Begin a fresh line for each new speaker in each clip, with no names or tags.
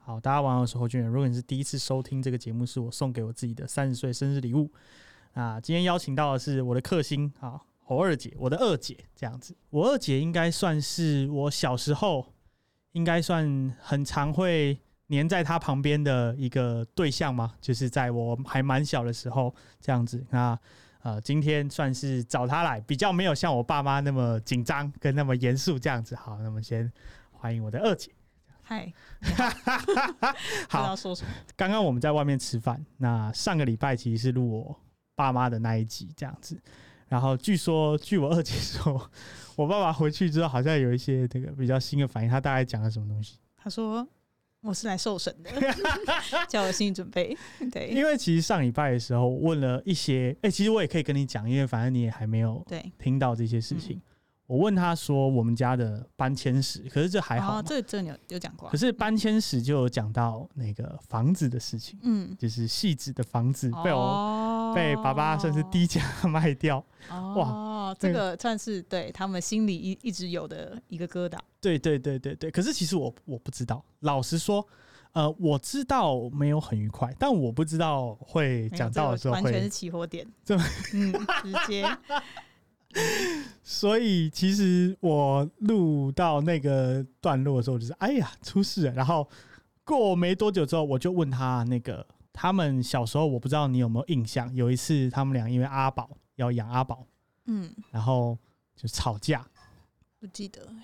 好，大家晚上我是侯俊远。如果你是第一次收听这个节目，是我送给我自己的三十岁生日礼物啊。今天邀请到的是我的克星啊，侯二姐，我的二姐这样子。我二姐应该算是我小时候应该算很常会黏在她旁边的一个对象嘛，就是在我还蛮小的时候这样子。那呃，今天算是找她来，比较没有像我爸妈那么紧张跟那么严肃这样子。好，那么先欢迎我的二姐。
嗨，不知
好
道，说什么。
刚刚我们在外面吃饭，那上个礼拜其实是录我爸妈的那一集这样子。然后据说，据我二姐说，我爸爸回去之后好像有一些这个比较新的反应，他大概讲了什么东西？
他说我是来受 审的，叫我心理准备。对
因为其实上礼拜的时候问了一些，哎、其实我也可以跟你讲，因为反正你也还没有
对，
听到这些事
嗯
情。我问他说我们家的搬迁史，可是这还好嘛、
哦这这你有有讲过啊
可？是搬迁史就有讲到那个房子的事情，
嗯，
就是戏子的房子被我、
哦
被爸爸算是低价卖掉。
哦，这个算是对他们心里一一直有的一个疙瘩。
对对对对对，可是其实我我不知道，老实说，呃，我知道没有很愉快，但我不知道会
没有
讲到的时
这个
候
完全是
会，
起火点，
这
嗯，直接
所以其实我录到那个段落的时候，就是哎呀出事了，然后过没多久之后，我就问他那个他们小时候，我不知道你有没有印象，有一次他们俩因为阿宝要养阿宝，
嗯，
然后就吵架
不记得欸。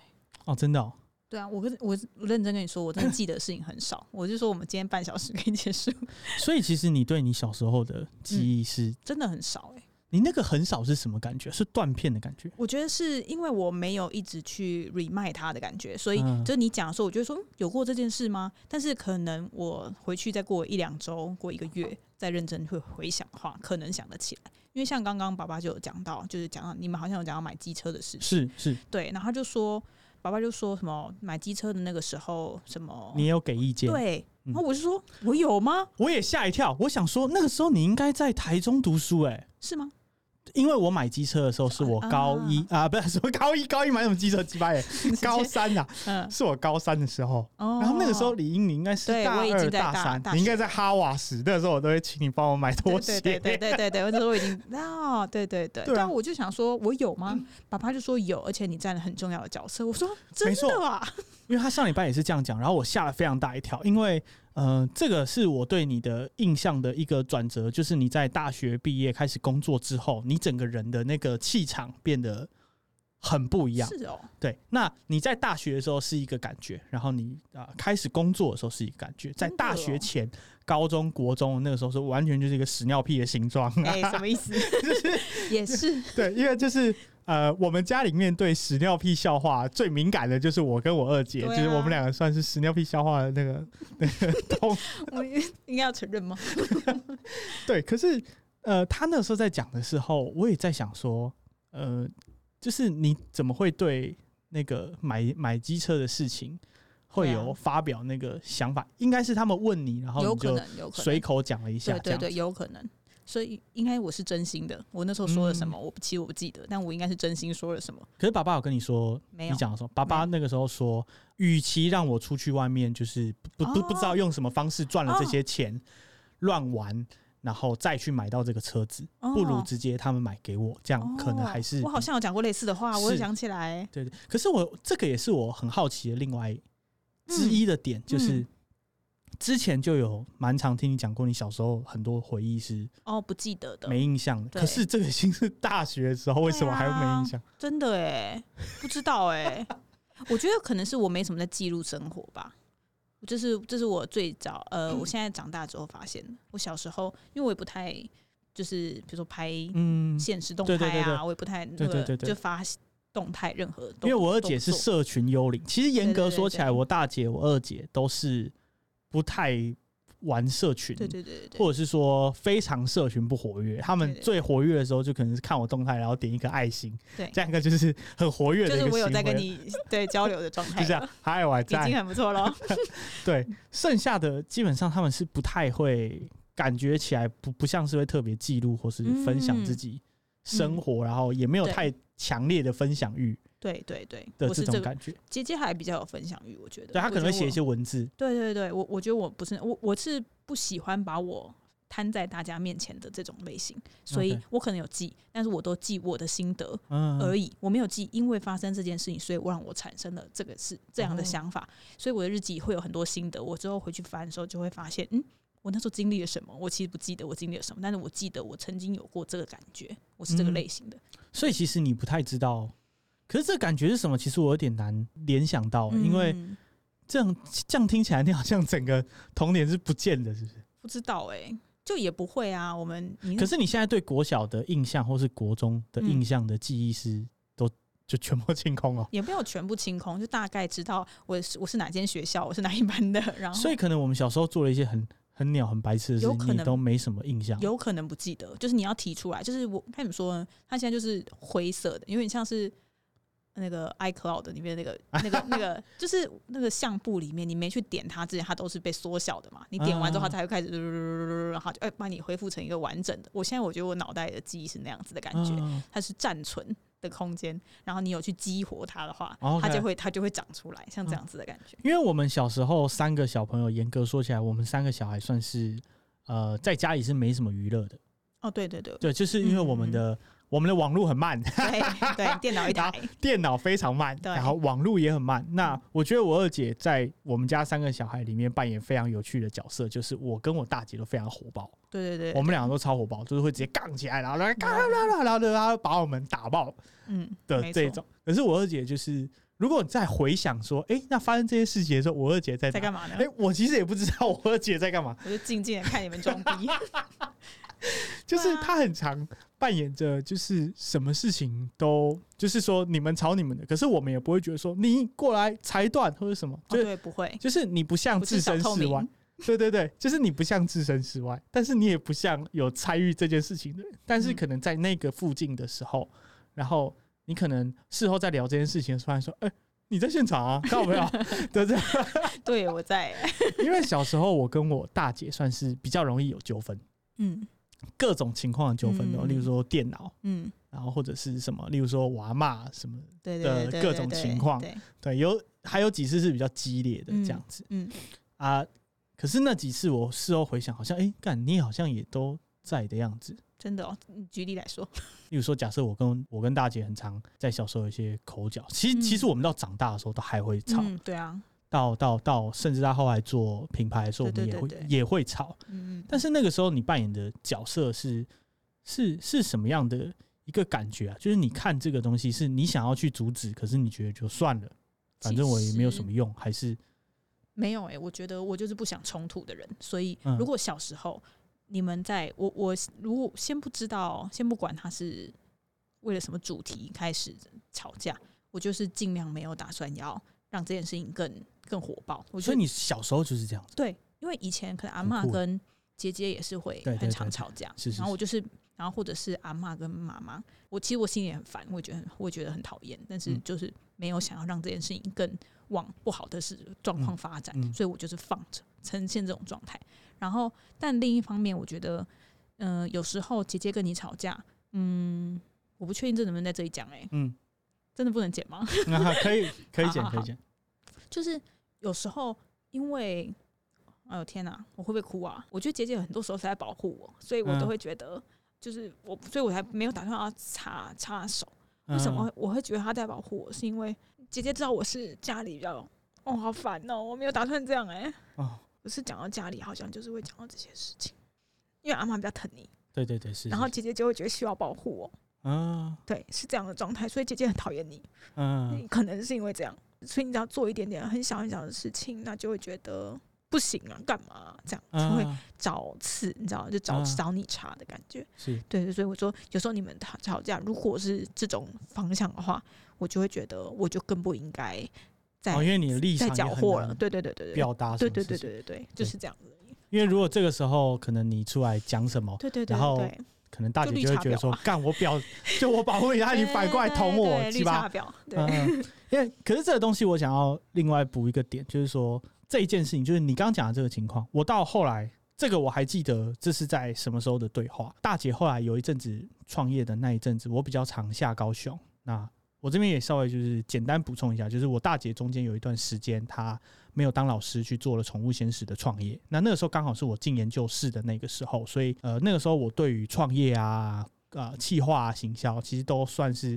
哦，真的、哦，
对啊，我跟我我认真跟你说，我真的记得的事情很少。我就说我们今天半小时可以结束，
所以其实你对你小时候的记忆是，
真的很少哎、
你那个很少是什么感觉？是断片的感觉。
我觉得是因为我没有一直去 remind 他的感觉，所以
嗯
就是你讲的时候，我就会说嗯有过这件事吗？但是可能我回去再过一两周，过一个月，再认真会回想的话，可能想得起来。因为像刚刚爸爸就有讲到，就是讲到你们好像有讲到买机车的事情，
是是，
对，然后他就说爸爸就说什么买机车的那个时候什么
你也有给意见。，
哦对，
嗯
然后我就说我有吗？
我也吓一跳，我想说那个时候你应该在台中读书哎、
是吗？
因为我买机车的时候是我高一啊不是 什么高一高一买什么机车鸡巴哎， 高三呐、
嗯，
是我高三的时候。
哦
然后那个时候理应你应该是
对
大
我已经
二
在
大
大
三，
大
你应该
学
在哈瓦什那时候我都会请你帮我买 拖鞋。
对对对对对对，我只是我已经 哦，对对对，
对啊嗯
但我就想说，我有吗？爸爸就说有，而且你占了很重要的角色。我说真
没错
的啊，
因为他上礼拜也是这样讲，然后我吓了非常大一跳，因为呃，这个是我对你的印象的一个转折，就是你在大学毕业开始工作之后，你整个人的那个气场变得很不一样。
是 哦，
对，那你在大学的时候是一个感觉，然后你啊、呃开始工作的时候是一个感觉，在
真的
大学前、高中、国中那个时候是完全就是一个屎尿屁的形 状。
哎，什么意思？ 也是
对，因为就是呃，我们家里面对屎尿屁笑话最敏感的就是我跟我二姐，
对啊
就是我们两个算是屎尿屁笑话的那个那个痛。
我应该要承认吗？
对，可是呃，他那时候在讲的时候，我也在想说，呃，就是你怎么会对那个买买机车的事情会
对啊
有发表那个想法？应该是他们问你，然后
有
你
可
就
能，有可
随
能，
口讲了一下
对，
这
对
样
对，有可能。所以应该我是真心的，我那时候说了什
嗯
么，我不其实我不记得，但我应该是真心说了什么，
可是爸爸有跟你说，
没
你
有。
讲的时候，爸爸那个时候说，与其让我出去外面，就是不不不
哦
不知道用什么方式赚了这些钱，乱玩，然后再去买到这个车子，
哦
不如直接他们买给我，这样可能还是
哦我好像有讲过类似的话，我
是
有想起来。
对对。可是我这个也是我很好奇的另外之一的点，就是
嗯
之前就有蛮常听你讲过，你小时候很多回忆是
哦，不记得的，
没印象的，
对啊
可是这个已经是大学的时候，为什么还会没印象？
真的
欸
哎，不知道哎， 我觉得可能是我没什么在记录生活吧。这是这是我最早呃，我现在长大之后发现的。我小时候，因为我也不太就是比如说拍
嗯，
现实动态
对
啊，
对对对
我也不太那
对
个
对对对
就发动态任何
因
动。
为我二姐是
动作
社群幽灵，其实严格说起来，
对对对对
我大姐、我二姐都是不太玩社群，
对对对对对，
或者是说非常社群不活跃。他们
对对
最活跃的时候，就可能是看我动态，然后点一个爱心，
对
这样一个就是很活跃
就
的一
是
个
我有在
行
跟
为。
你 对交流的状态
就这
了，
样，嗨，我还啊
哎已经
在。
很不错了。
对，剩下的基本上他们是不太会感觉起来不，不像是会特别记录或是分享自己生活，然后也没有
嗯对
太强烈的分享欲。
对对对，
的
我
这
是这
种
个
感觉。
姐姐还比较有分享欲，我觉得。
对他
我
可能
觉
会
得
写一
我
些文字，
对对对，我我觉得我不是我我是不喜欢把我摊在大家面前的这种类型，所以
OK
我可能有记，但是我都记我的心得
嗯，
而已，我没有记因为发生这件事情，所以我让我产生了这个事这样的
哦
想法，所以我的日记会有很多心得，我之后回去翻的时候就会发现，嗯。我那时候经历了什么？我其实不记得我经历了什么，但是我记得我曾经有过这个感觉，我是这个
嗯
类型的。
所以其实你不太知道，可是这感觉是什么？其实我有点难联想到，哦因为
嗯
这样这样听起来，你好像整个童年是不见的，是不是？
不知道哎、就也不会啊。我们你
可是你现在对国小的印象，或是国中的
嗯
印象的记忆是都就全部清空哦。
也没有全部清空，就大概知道我是我是哪间学校，我是哪一班的，然后
所以可能我们小时候做了一些很很鸟、很白痴的事
有可
情，
能
你都没什么印象。
有可能不记得，就是你要提出来。就是我该怎么说呢？它现在就是灰色的，有点像是那个 iCloud 里 面那个那个那个，就是那个相簿里面，你没去点它之前，它都是被缩小的嘛。你点完之后，
啊
它才会开始，然后就哎把你恢复成一个完整的。我现在我觉得我脑袋的记忆是那样子的感觉，
嗯
它是暂存。的空间，然后你有去激活它的话
OK
它就会它就会长出来，
嗯
像这样子的感觉。
因为我们小时候三个小朋友，严格说起来，我们三个小孩算是呃在家里是没什么娱乐的。
哦，对对对，
对，就是因为我
嗯
们的、我们的网络很慢，
对对， 电脑一台，
电脑非常慢，
对
然后网络也很慢。那我觉得我二姐在我们家三个小孩里面扮演非常有趣的角色，就是我跟我大姐都非常火爆，
对对对，
我们两个都超火爆，就是会直接杠起来，然后来杠啦啦啦，然后然后把我们打爆
嗯
的这，种。可是我二姐就是，如果你再回想说，哎、那发生这些事情的时候，我二姐在
没错在干
嘛？
嘛呢
哎、？我其实也不知道我二姐在干嘛，
我就静静的看你们装 逼，
就是
对啊
他很常扮演着，就是什么事情都，就是说你们吵你们的，可是我们也不会觉得说你过来裁断或者什么，
哦
就是、
对，不会，
就是你不像
不是
置
小
身
透
事外
明，，
对对对，就是你不像置身事外，但是你也不像有参与这件事情的人，但是
嗯
可能在那个附近的时候，然后你可能事后在聊这件事情的时候，还说，哎、你在现 场啊，看到没有？对对，
对我在，
因为小时候我跟我大姐算是比较容易有纠纷，
嗯
各种情况的纠纷哦，
嗯
例如说电脑。
嗯，
然后或者是什么，例如说娃骂什么，
对对
的
对对，
各
对
种
对
情况
对，
对，有还有几次是比较激烈的
嗯
这样子、
嗯，
啊。可是那几次我事后回想，好像哎，诶干你好像也都在的样子。
真的哦，你举例来说，
例如说，假设我跟我跟大姐很常在小时候有一些口角，其实、
嗯
其实我们到长大的时候都还会吵，
嗯，对啊，
到到到甚至到后来做品牌的时候，我
对
们
对
也会
对对
也会吵。
嗯，
但
是
是那个时候你扮演的角色是是是什么样的一个感觉啊？就是你看这个东西，是你想要去阻止，可是你觉得就算了，反正我也没有什么用，还是
没有哎、我觉得我就是不想冲突的人，所以
嗯
如果小时候你们在我我如果先不知道，哦先不管他是为了什么主题开始吵架，我就是尽量没有打算要让这件事情更更火爆。我觉
所以
得
你小时候就是这样子，
对，因为以前可能阿
很
嬷
酷欸
跟姐姐也是会
对对
很
对
常
对
吵架，
是是
然后我就是。然后或者是阿嬷跟妈妈，我其实我心里也很烦，我也觉得很我也觉得很讨厌，但是
嗯
就是没有想要让这件事情更往不好的事状况发展，
嗯
所以我就是放着呈现这种状态。然后，但另一方面，我觉得，嗯、有时候姐姐跟你吵架，嗯，我不确定这能不能在这里讲、欸，哎，
嗯，
真的不能剪吗？
啊、可以可以剪
好好
可以剪，
就是有时候因为，哎呦天哪、我会不会哭啊？我觉得姐姐很多时候是在保护我，所以我
嗯
都会觉得，就是我，所以我才没有打算要插插手。啊为什
嗯
么我会觉得她在保护我？是因为姐姐知道我是家里比较，哦，好烦哦，我没有打算这样哎、
哦，
可是讲到家里，好像就是会讲到这些事情，因为阿妈比较疼你，
对对对是，
然后
是
姐姐就会觉得需要保护我，
啊
对，是这样的状态，所以姐姐很讨厌你。
嗯
嗯，可能是因为这样，所以你只要做一点点很小很小的事情，那就会觉得不行啊，干嘛啊、这样 就会
啊
找刺，你知道吗？就找、
嗯
找你茬的感觉。
是
对对，所以我说有时候你们吵吵架，如果是这种方向的话，我就会觉得我就更不应该再、
哦，因为你的立
再
场也
搅
很
和
难
了。对对对对对，
表达什
对
么
对
事
对对
情，
对对，就是这样子而已。
因为如果这个时候可能你出来讲什么，
对对对
然后
对对，
可能大姐
就绿
就会
茶
觉得
婊
说，干我表就我保护你，那你反过来捅我，
对
鸡
绿
巴
茶婊，对，
嗯，因为可是这个东西，我想要另外补一个点，就是说这一件事情，就是你刚刚讲的这个情况，我到后来这个我还记得，这是在什么时候的对话？大姐后来有一阵子创业的那一阵子，我比较常下高雄，那我这边也稍微就是简单补充一下，就是我大姐中间有一段时间她没有当老师，去做了宠物鲜食的创业。那那个时候刚好是我进研究室的那个时候，所以呃那个时候我对于创业啊、啊企划啊、行销，其实都算是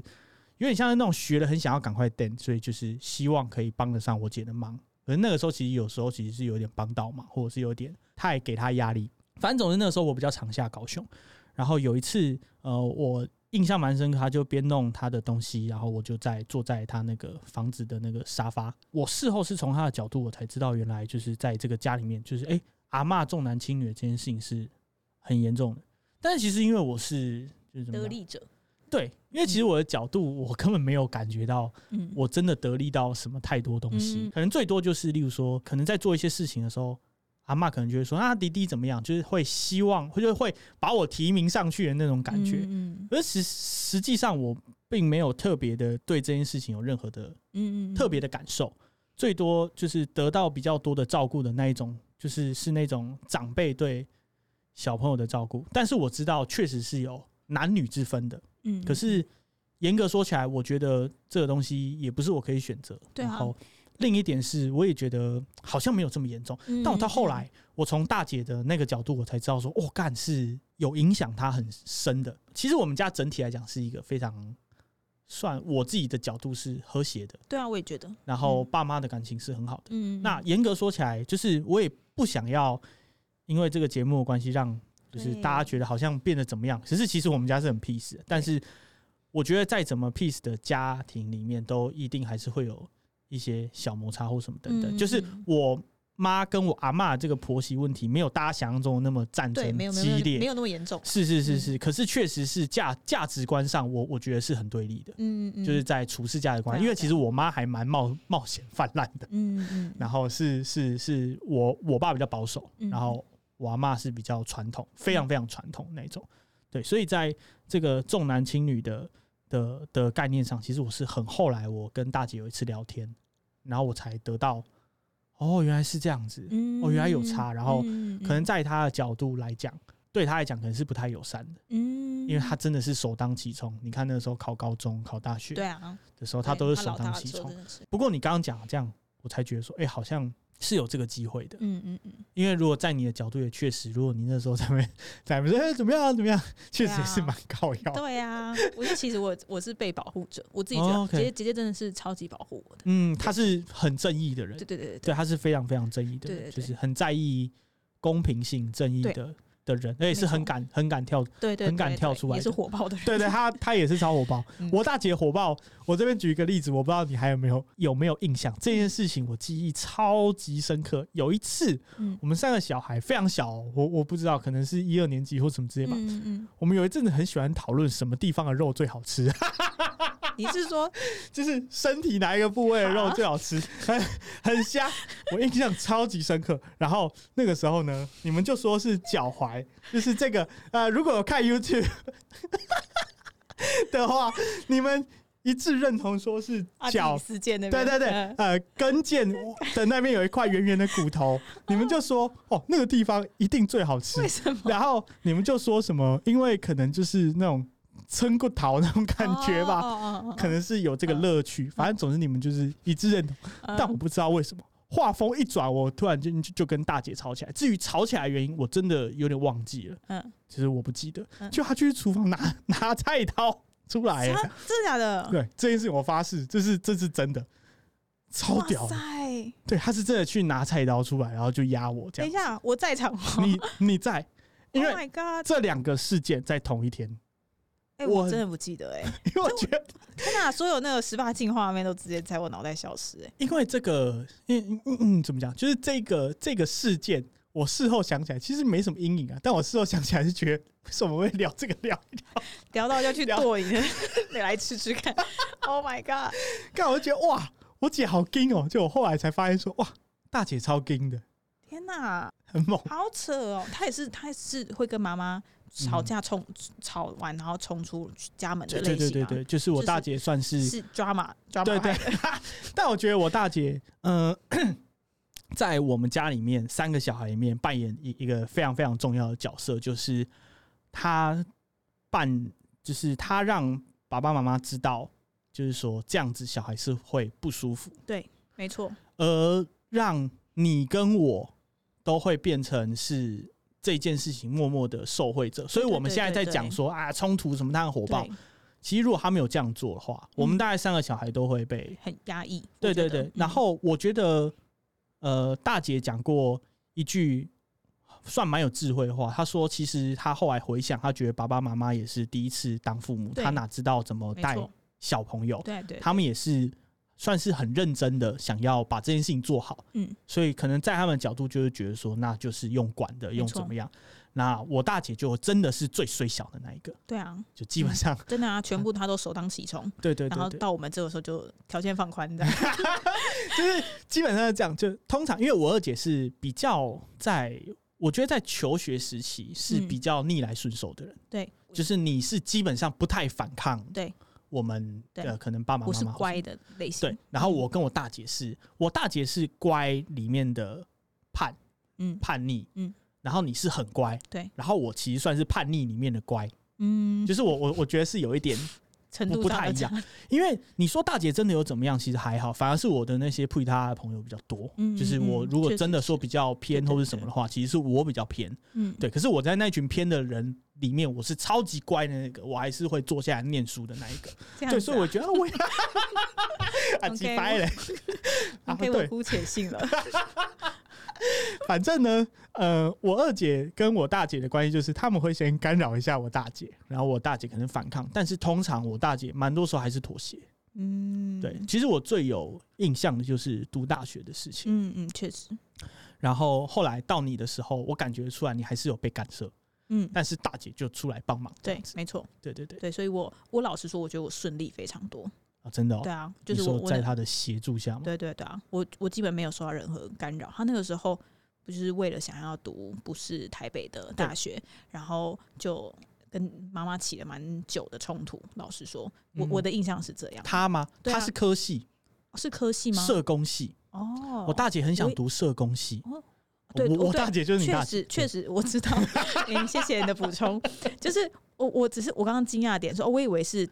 有点像是那种学了很想要赶快登，所以就是希望可以帮得上我姐的忙。可是那个时候其实有时候其实是有点帮倒忙，或者是有点太给她压力。反正总之那个时候我比较常下高雄，然后有一次呃我印象蛮深刻，他就边弄他的东西，然后我就在坐在他那个房子的那个沙发。我事后是从他的角度，我才知道原来就是在这个家里面，就是哎、诶阿嬷重男轻女的这件事情是很严重的。但是其实因为我是就是怎么
得
讲
利者，
对，因为其实我的角度我根本没有感觉到
嗯，
我真的得利到什么太多东西，
嗯
可能最多就是例如说，可能在做一些事情的时候，阿嬷可能就会说啊弟弟怎么样，就是会希望，就会把我提名上去的那种感觉。
嗯
而实实际上我并没有特别的对这件事情有任何的
嗯嗯，
特别的感受，最多就是得到比较多的照顾的那一种，就是是那种长辈对小朋友的照顾。但是我知道确实是有男女之分的，
嗯，
可是严格说起来，我觉得这个东西也不是我可以选择。
对啊
然后另一点是，我也觉得好像没有这么严重。
嗯，
但我到后来，我从大姐的那个角度，我才知道说，哦，干是有影响她很深的。其实我们家整体来讲是一个非常算我自己的角度是和谐的，
对啊，我也觉得，
然后
嗯
爸妈的感情是很好的。
嗯，
那严格说起来，就是我也不想要因为这个节目的关系，让就是
对
大家觉得好像变得怎么样。可是其实我们家是很 peace，的但是我觉得再怎么 peace 的家庭里面，都一定还是会有一些小摩擦或什么等等。
嗯
就是
嗯
我妈跟我阿嬷这个婆媳问题，没有大家想象中的那么战
对
争
没有没有
激
没有嗯没
烈。
有那么严重，
是是是是，可是确实是价价值观上我，我觉得是很对立的，
嗯嗯，
就是在处事价值观，
对啊
因为其实我妈还蛮冒冒险泛滥的。
嗯嗯，
然后是是是我我爸比较保守，
嗯
然后我阿妈是比较传统，非常非常传统那种。对，所以在这个重男轻女的的的概念上，其实我是很后来我跟大姐有一次聊天，然后我才得到，哦，原来是这样子，
嗯
哦原来有差然后
嗯
可能在她的角度来讲。对她来讲，可能是不太友善的，
嗯，
因为她真的是首当其冲。你看那时候考高中、考大学
对啊，
的时候，
对
她哦都是首
老大
当
的
其
时候
冲。
真的是，
不过你刚刚讲这样，我才觉得说，哎、好像是有这个机会的。
嗯嗯嗯，
因为如果在你的角度也确实，如果你那时候在那边 在那边说哎、怎么样啊、怎么样，确实也是蛮高要的。
对啊，我觉得其实我我是被保护者，我自己觉
哦
得
，OK
姐姐姐姐真的是超级保护我的，
嗯，他是很正义的人，
对对对对对
对，他是非常非常正义的人，
对对对
就是很在意公平性、正义的的人，而且是很
没错
敢很敢跳。
对对，
很敢
对对
跳出来
也是
的
火爆的人，
对对，他他也是超火爆。
嗯
我大姐火爆，我这边举一个例子，我不知道你还有没有有没有印象这件事情，我记忆超级深刻。有一次，
嗯
我们三个小孩非常小哦，我我不知道，可能是一二年级或什么之类吧。
嗯嗯
我们有一阵子很喜欢讨论什么地方的肉最好吃，
嗯，你是说
就是身体哪一个部位的肉最好吃，很很瞎，我印象超级深刻。然后那个时候呢，你们就说是脚踝，就是这个呃，如果有看 YouTube 的话，你们一致认同说是
阿基
脚
里斯腱那边？
对对对
嗯，
呃，跟腱的那边有一块圆圆的骨头，你们就说哦，那个地方一定最好吃
为。什 么？
然后你们就说什么，因为可能就是那种撑过头那种感觉
哦
吧，
吧
可能是有这个乐
嗯
趣。反正总之你们就是一致认同，但我不知道为什么。话锋一转，我突然间就就跟大姐吵起来。至于吵起来的原因，我真的有点忘记了，
嗯，
其实我不记得。
嗯
就她去厨房拿拿菜刀出来耶，
啥啊真的假的？
对这件事我发誓，这是这是真的，超
哇
屌的。
塞！
对，她是真的去拿菜刀出来，然后就压我这
等一
样。
下，我在场哦。
你你在，因
Oh
为
my God！
这两个事件在同一天，
哎、
我
我真的不记得哎、
因为我觉得
天哪！所有那个十八禁画面都直接在我脑袋消失哎、
因为这个，嗯嗯嗯，怎么讲？就是这个这个事件，我事后想起来其实没什么阴影啊，但我事后想起来是觉得，为什么会聊这个聊？
聊到要 去
聊
剁你的， 你来吃吃看。Oh my God！
干，我就觉得哇，我姐好硬哦、就我后来才发现说，哇，大姐超硬的，
天哪，
很猛。
好扯哦！他也是，他也是会跟妈妈吵架冲、吵完，然后冲出家门的
对对
类
对
型、
对
啊。
对，就是我
就是
大姐算是，
是 drama drama
对对
派的。
但我觉得我大姐，嗯、 在我们家里面三个小孩里面扮演一一个非常非常重要的角色，就是她扮，就是她让爸爸妈妈知道就是说这样子小孩是会不舒服，
没错，
而让你跟我都会变成是这件事情默默的受惠者。所以我们
对对
现在在
对
讲说啊，冲突什么它很火爆
对，，
其实如果他没有这样做的话，我们
嗯
大概三个小孩都会被
很压抑。我
对对
觉得
对，然
嗯
后我觉得，呃，大姐讲过一句算蛮有智慧的话，她说，其实她后来回想，她觉得爸爸妈妈也是第一次当父母，
对
她哪知道怎么
嗯没
带
错
小朋友，
对对，
他们也是算是很认真的想要把这件事情做好，
嗯，
所以可能在他们的角度就是觉得说，那就是用管的，
没
用
错
怎么样？那我大姐就真的是最虽小的那一个，
对啊，
就基本上，
真的啊，全部他都首当其冲。
对对
然后
对对，
到我们这个时候就条件放宽的，
就是基本上是这样，就通常因为我二姐是比较在，我觉得在求学时期是
嗯
比较逆来顺受的人，
对，
就是你是基本上不太反抗，
对，
我们
对
呃可能爸爸妈
我
妈
是
或
乖的嗯类型。
对，然后我跟我大姐是，我大姐是乖里面的叛
嗯
叛逆，
嗯，
然后你是很乖，
对，
然后我其实算是叛逆里面的乖，
嗯，
就是我我我觉得是有一点
程
不
度
不
上
太
的
一样
差，
因为你说大姐真的有怎么样，其实还好，反而是我的那些配她的朋友比较多。
嗯
就是我
嗯嗯
如果
确实
真的说比较偏
对对
或是什么的话，其实是我比较偏。
嗯，
对，可是我在那群偏的人里面，我是超级乖的那个，我还是会坐下来念书的那一个。
这样
对，
子
所以我觉得啊我 也 啊，
OK，
鸡掰嘞。
啊
啊，
，OK，我
对，
姑且信 了。
反正呢，呃，我二姐跟我大姐的关系就是，他们会先干扰一下我大姐，然后我大姐可能反抗，但是通常我大姐蛮多时候还是妥协。
嗯，
对，其实我最有印象的就是读大学的事情。
嗯嗯，确实，
然后后来到你的时候，我感觉出来你还是有被干涉，
嗯，
但是大姐就出来帮忙。
对，没错，
对对对，
对，所以我我老实说，我觉得我顺利非常多。
啊，真的哦。
对啊，就
你
是我
说
我
在
能
她的协助下嘛，
对对对啊，我我基本没有受到任何干扰。他那个时候不就是为了想要读不是台北的大学，然后就跟妈妈起了蛮久的冲突。老实说，我、
嗯
我的印象是这样，
她吗？
对啊
她是科系，
是科系吗？
社工系。
哦，
我大姐很
我
想
也
读社工系，
对
我
哦
我
对
大姐就是你
确
大姐
实，，确实我知道。 嗯，谢谢你的补充。就是我，我只是我刚刚惊讶的点说，哦我以为是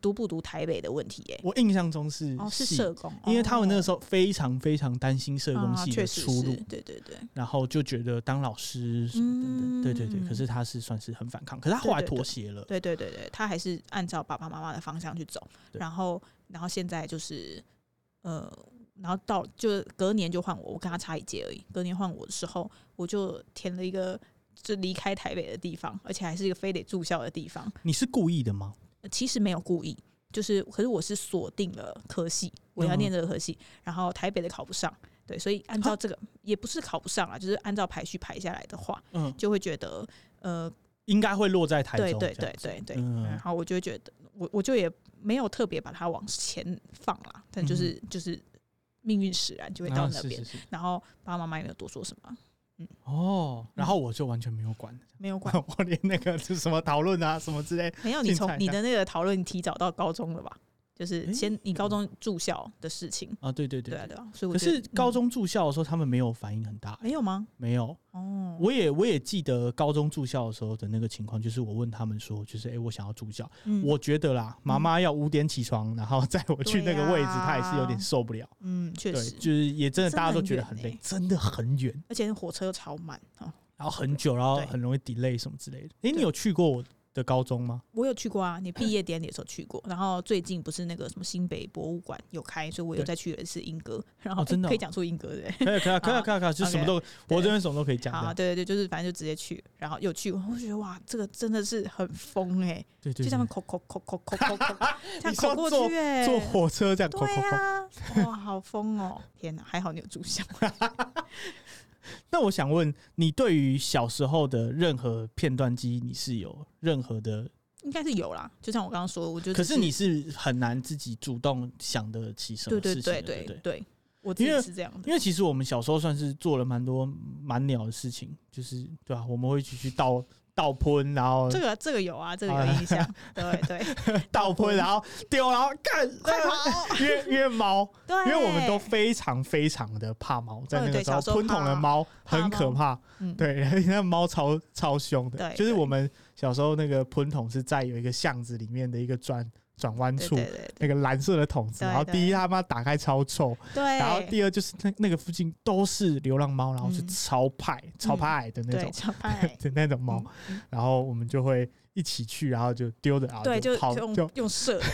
读不读台北的问题耶、
对我印象中是
哦，是
系
社哦工，哦
因为他们那个时
候
候非常非常担心社工系的出路，
对对对，
然后就觉得当老师什么等等，对对对。
嗯
可是她是算是很反抗，可是她后来
对对对
妥协了。
对对对对，他还是按照爸爸妈妈的方向去走，
对
然后然后现在就是呃，然后到就隔年就换我，我跟他差一届而已。隔年换我的时候，我就填了一个就离开台北的地方，而且还是一个非得住校的地方。
你是故意的吗？
呃其实没有故意，就是可是我是锁定了科系，我
嗯
要念这个科系，然后台北的考不上，对，所以按照
哈
这个也不是考不上啊，就是按照排序排下来的话，
嗯，
就会觉得呃
应该会落在台
对
中。
对
这样
对
子
对对，
嗯
然后我就会觉得，我我就也没有特别把它往前放啦，但就是、就是命运使然就会到
嗯啊
那边，
是是是
然后爸爸妈妈也没有多说什么，
哦，然后我就完全没有管，
没有管，
我连那个是什么讨论啊什么之类，
没有你
进菜
从你
单
的那个讨论提早到高中了吧？就
诶
是先你高
有
中住校的事情，
啊，对对
对
对
啊对啊，所以我
可
觉得
是高、
嗯
中住校的时候，他们没有反应很大，
没有吗？
没有。
哦，
我也我也记得高中住校的时候的那个情况，就是我问他们说，就是哎、诶我想要住校，
嗯
我觉得啦，妈妈要五点起床，然后载我去那个位置，
对啊
她也是有点受不了。
嗯确
对，
实，
就是也真的大家都觉得很
真的很
累
远，欸
真的很远，
而且火车又超慢啊、哦
然后很久，然后
对
很容易 delay 什么之类的。哎、你
对
有去过我的高中 吗？
我有去过啊，你毕业典礼的时候去过，然后最近不是那个什么新北博物馆有开，所以我又
对
再去了一次英歌，然后、
哦真的哦
可以讲出英歌对。
可以可以可以可以可以，就什么都，我这边什么都可以讲。这
啊好，
样
对对对，就是反正就直接去，然后又去，我觉得哇，这个真的是很疯哎、
对
就
对，
这样
对
口口口口口口口，这样
你说
口过
坐
去哎、
坐火车这样，扣扣
对
扣。
啊，哇，好疯哦！天哪，还好你有住校。
那我想问你，对于小时候的任何片段记忆，你是有任何的？
应该是有啦。就像我刚刚说，我就
可
只
是你是很难自己主动想得起什么
对对
事情的，
对
对
对
不对。
对，我自己
因为
是这样的
因。为其实我们小时候算是做了蛮多蛮鸟的事情，就是对吧、啊我们会一起去倒倒喷，然后
这个这个有啊，这个
啊
有印象。 对对，
倒喷，然后丢，然后 干，
快跑！
因为因为猫，
对，
因为我们都非常非常的怕猫，在那
嗯
个
对
时候
小时候
喷筒的
怕
猫
怕
很可
猫
怕，
嗯
对， 而且那猫超超凶的，
对
就是
对
我们小时候那个喷筒是在有一个巷子里面的一个砖转弯
对
处
对对
那个蓝色的桶子，
对
然后第一
对
他妈打开超臭，
对，
然后第二就是那那个附近都是流浪猫，然后是
嗯
超派、超
嗯
派矮的那
对嗯
种、，
超派
的那种猫，然后我们就会一起去，然后就丢着，然后
对，就
跑
用
就
用射的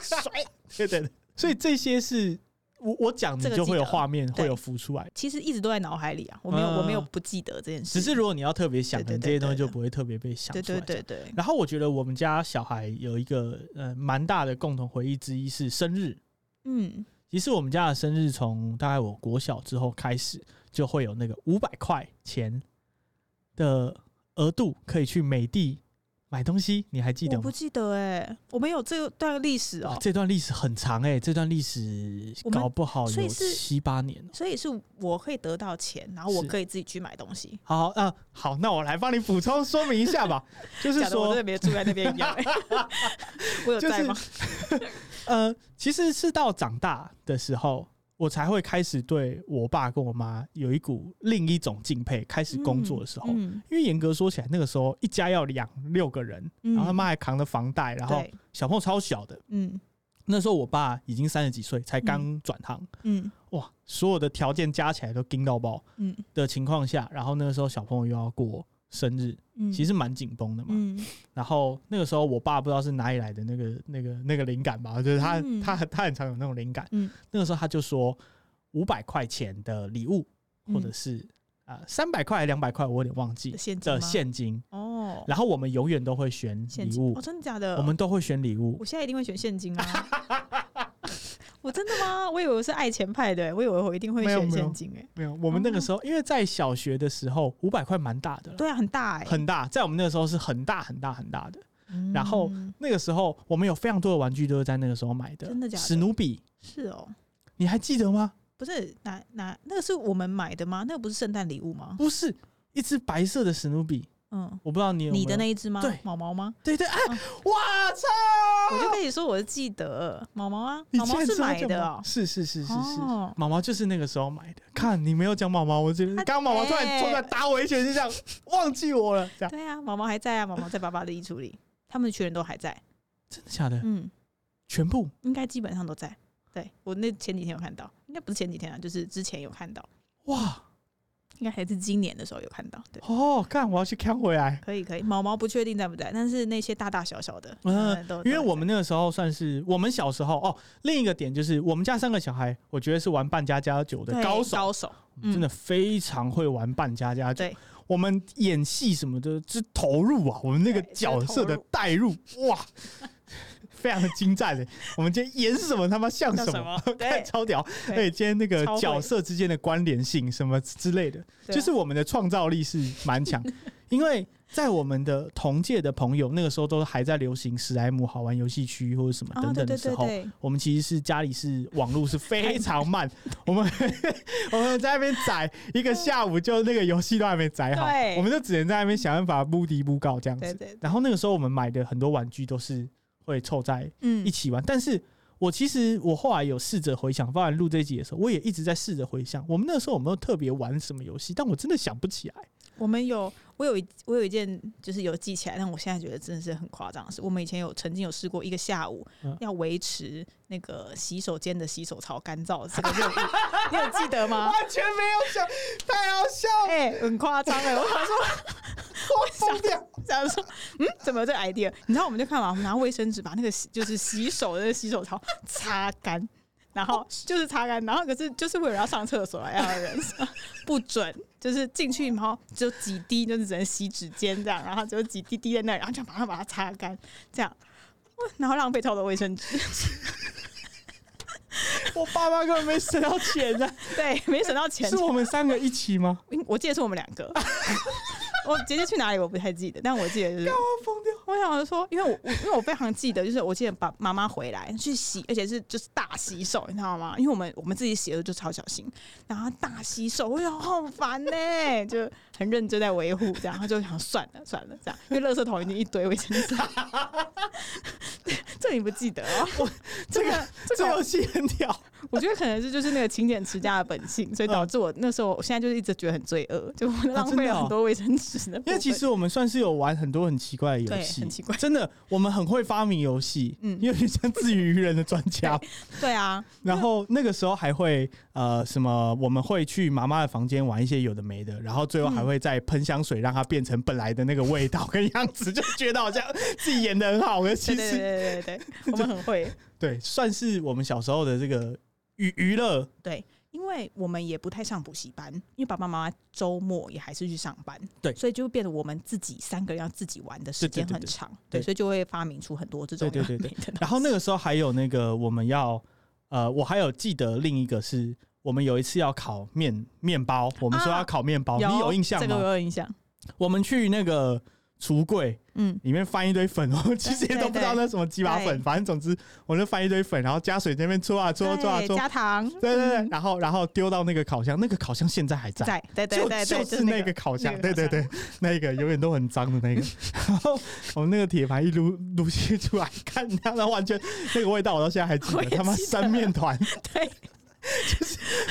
甩。
对对对，所以这些是我我讲你
这个
就
记
会有
得
画面，会
对
有浮出来。
其实一直都在脑海里啊，我没有、我没有
嗯
不记得这件事，
只是如果你要特别想，可
对对
能这些
对
东西
对
就
对
不会特别被想
对
出来
对
这样。
对对，
然后我觉得我们家小孩有一个呃蛮大的共同回忆之一是生日。
嗯，
其实我们家的生日从大概我国小之后开始，就会有那个五百块钱的额度可以去美的买东西，你还记得
我
吗啊
不？记得哎、我们有这段历史哦、
哇这段历史很长哎、这段历史
我们
搞不好
所以
有
是
七八年哦。
所以是我可以得到钱，然后我
是
可以自己去买东西。
好啊、呃好，那我来帮你补充说明一下 吧，就是
假的我
说
真的没有住在那边一 样、欸，我有
就
在
是
吗？
呃，其实是到长大的时候，我才会开始对我爸跟我妈有一股另一种敬佩。开始工作的时候，
嗯，
因为严格说起来，那个时候一家要养六个人，
嗯
然后他妈还扛着房贷，然后
对，
小朋友超小的。
嗯
那时候我爸已经三十几岁，才刚转行，
嗯
哇，所有的条件加起来都盯到爆
嗯
的情况下，然后那个时候小朋友又要过生日，
嗯，
其实蛮紧绷的嘛。
嗯，
然后那个时候，我爸不知道是哪里来的那个、那个、那个灵感吧，就是他、
嗯
他他很常有那种灵感。
嗯
那个时候他就说，五百块钱的礼物，
嗯
或者是啊三百块、两百块，我有点忘记
现金
的
吗
现金。
哦，
然后我们永远都会选
现
礼
金
物
哦，，真的假的？
我们都会选礼物
我。现在一定会选现金啊！ 我真的吗？我以为我是爱钱派的欸、我以为我一定会
没有
选
没有
现金哎、
没有，我们那个时候因为在小学的时候，五百块蛮大的了，
对啊，很大哎、
很大，在我们那个时候是很大很大很大的。
嗯
然后那个时候我们有非常多的玩具都是在那个时候买的，
真的假的
史努比，
是哦，
你还记得吗？
不是哪哪那个是我们买的吗？那个不是圣诞礼物吗？
不是一只白色的史努比，
嗯，
我不知道你有没有
你的那一只吗？
对
毛毛吗？
对对哎，
嗯
哇操！
我就跟你说，我是记得毛毛啊，
你
毛毛
竟然
是
知道
买
叫
的
毛
哦、
是是是是是，
哦
毛毛就是那个时候买的。看你没有讲毛毛，我觉得
他
刚刚毛毛突然
哎
突然打我一拳，就这样忘记我了，这样
对啊，毛毛还在啊，毛毛在爸爸的衣橱里，他们全人都还在，
真的假的？
嗯，
全部
应该基本上都在。对我那前几天有看到，应该不是前几天啊，就是之前有看到，
哇
应该还是今年的时候有看到。对，
哦！看我要去看回来，
可以可以，毛毛不确定在不在，但是那些大大小小的，
嗯
嗯，都
因为
都还
我们
在
那个时候算是我们小时候哦。另一个点就是我们家三个小孩，我觉得是玩扮家家酒的
对
高手，
高手，
我们真的非常会玩扮家家酒。
嗯对
我们演戏什么的，之投入啊，我们那个
对
角色的代入，哇，非常的精湛的。我们今天演什么，他妈像
叫
什
什
么，
么？
看
对，
超屌。
对
哎，今天那个
超会
角色之间的关联性什么之类的，
对啊
就是我们的创造力是蛮 强。因为在我们的同届的朋友，那个时候都还在流行史莱姆好玩游戏区或者什么
啊，
等
对
等的
对
时
对
候，
对，
我们其实是家里是网络是非常 慢，我们我们在那边载一个下午，就那个游戏都还没载好
对，
我们就只能在那边想办法不敌不告这样
对
子。
对，
然后那个时候我们买的很多玩具都是会凑在
嗯
一，起玩，但是我其实我后来有试着回想，包含录这一集的时候，我也一直在试着回想，我们那个时候有没有特别玩什么游戏，但我真的想不起来。
我们有，我有一，我有一件就是有记起来，但我现在觉得真的是很夸张的事。我们以前有曾经有试过一个下午，
嗯
要维持那个洗手间的洗手槽干燥这个任务，你有记 得吗？
全没有想，太好笑
哎、很夸张 哎！我想说，
了，疯掉！
想说，嗯，怎么有这个 idea？你知道我们就看嘛，我们拿卫生纸把那个洗就是洗手的那个洗手槽擦干，然
哦
后就是擦干，然后可是就是会有人要上厕所啊，要 有人说不准，就是进去然后只有几滴，就是只能洗指尖这样，然后只有几滴滴在那里，然后就马上把它擦干，这样。哇然后浪费超多卫 生纸，
我爸妈根本没省到钱呢、
对，没省到钱
是。我们三个一起吗？
嗯我记得是我们两 个，我姐姐去哪里我不太记得，但我记得就是
疯掉！
我想说，因为我我因为我非常记得，就是我记得爸妈妈回来去洗，而且是就是大洗手，你知道吗？因为我们我们自己洗的就超小心，然后大洗手，我想好烦呢、就很认真在维护，这样，他就想算了算了这样，因为垃圾桶已经一堆卫生 纸，这你不记得哦？
这个
这
这
个
啊游戏很屌，
我觉得可能是就是那个勤俭持家的本性，所以导致我那时候我现在就是一直觉得很罪恶，就
啊
我浪费了很多卫生纸的部
哦因
分。
为其实我们算是有玩很多很奇怪的游
对
戏，
很奇怪
真的，我们很会发明游戏，
嗯
因为你像自娱于人的专家。
对啊，
然后那个时候还会呃什么，我们会去妈妈的房间玩一些有的没的，然后最后还会再喷香水让它变成本来的那个味道跟样子，就觉得好像自己演的很好，可是
对
其
对
实
对对对对，我们很会。
对，算是我们小时候的这个娱娱乐。
对，因为我们也不太上补习班，因为爸爸妈妈周末也还是去上班，
对
所以就变得我们自己三个人要自己玩的时间很长，
对对对对对
所以就会发明出很多这种
对对对对
有的没的东西
然后那个时候还有那个我们要呃，我还有记得另一个是我们有一次要烤面面包，我们说
啊
要烤面包，哦你有印象吗？
这个我有印象，
我们去那个橱柜
嗯，
里面翻一堆粉，我 其实也都不知道那什么鸡巴
对
粉，反正总之我就翻一堆粉，然后加水在那边搓啊搓搓啊
对
搓，
加糖，
对对对
嗯，
然后然后丢到那个烤箱，那个烤箱现在还在。
在，对对
就
对，对
就是那个烤箱，对对，对，那个永远都很脏的那个。 然后我们那个铁盘一撸撸吸出来，看它完全那个味道，我到现在还记
我
得，
也
他妈
记得
三面 团，
对，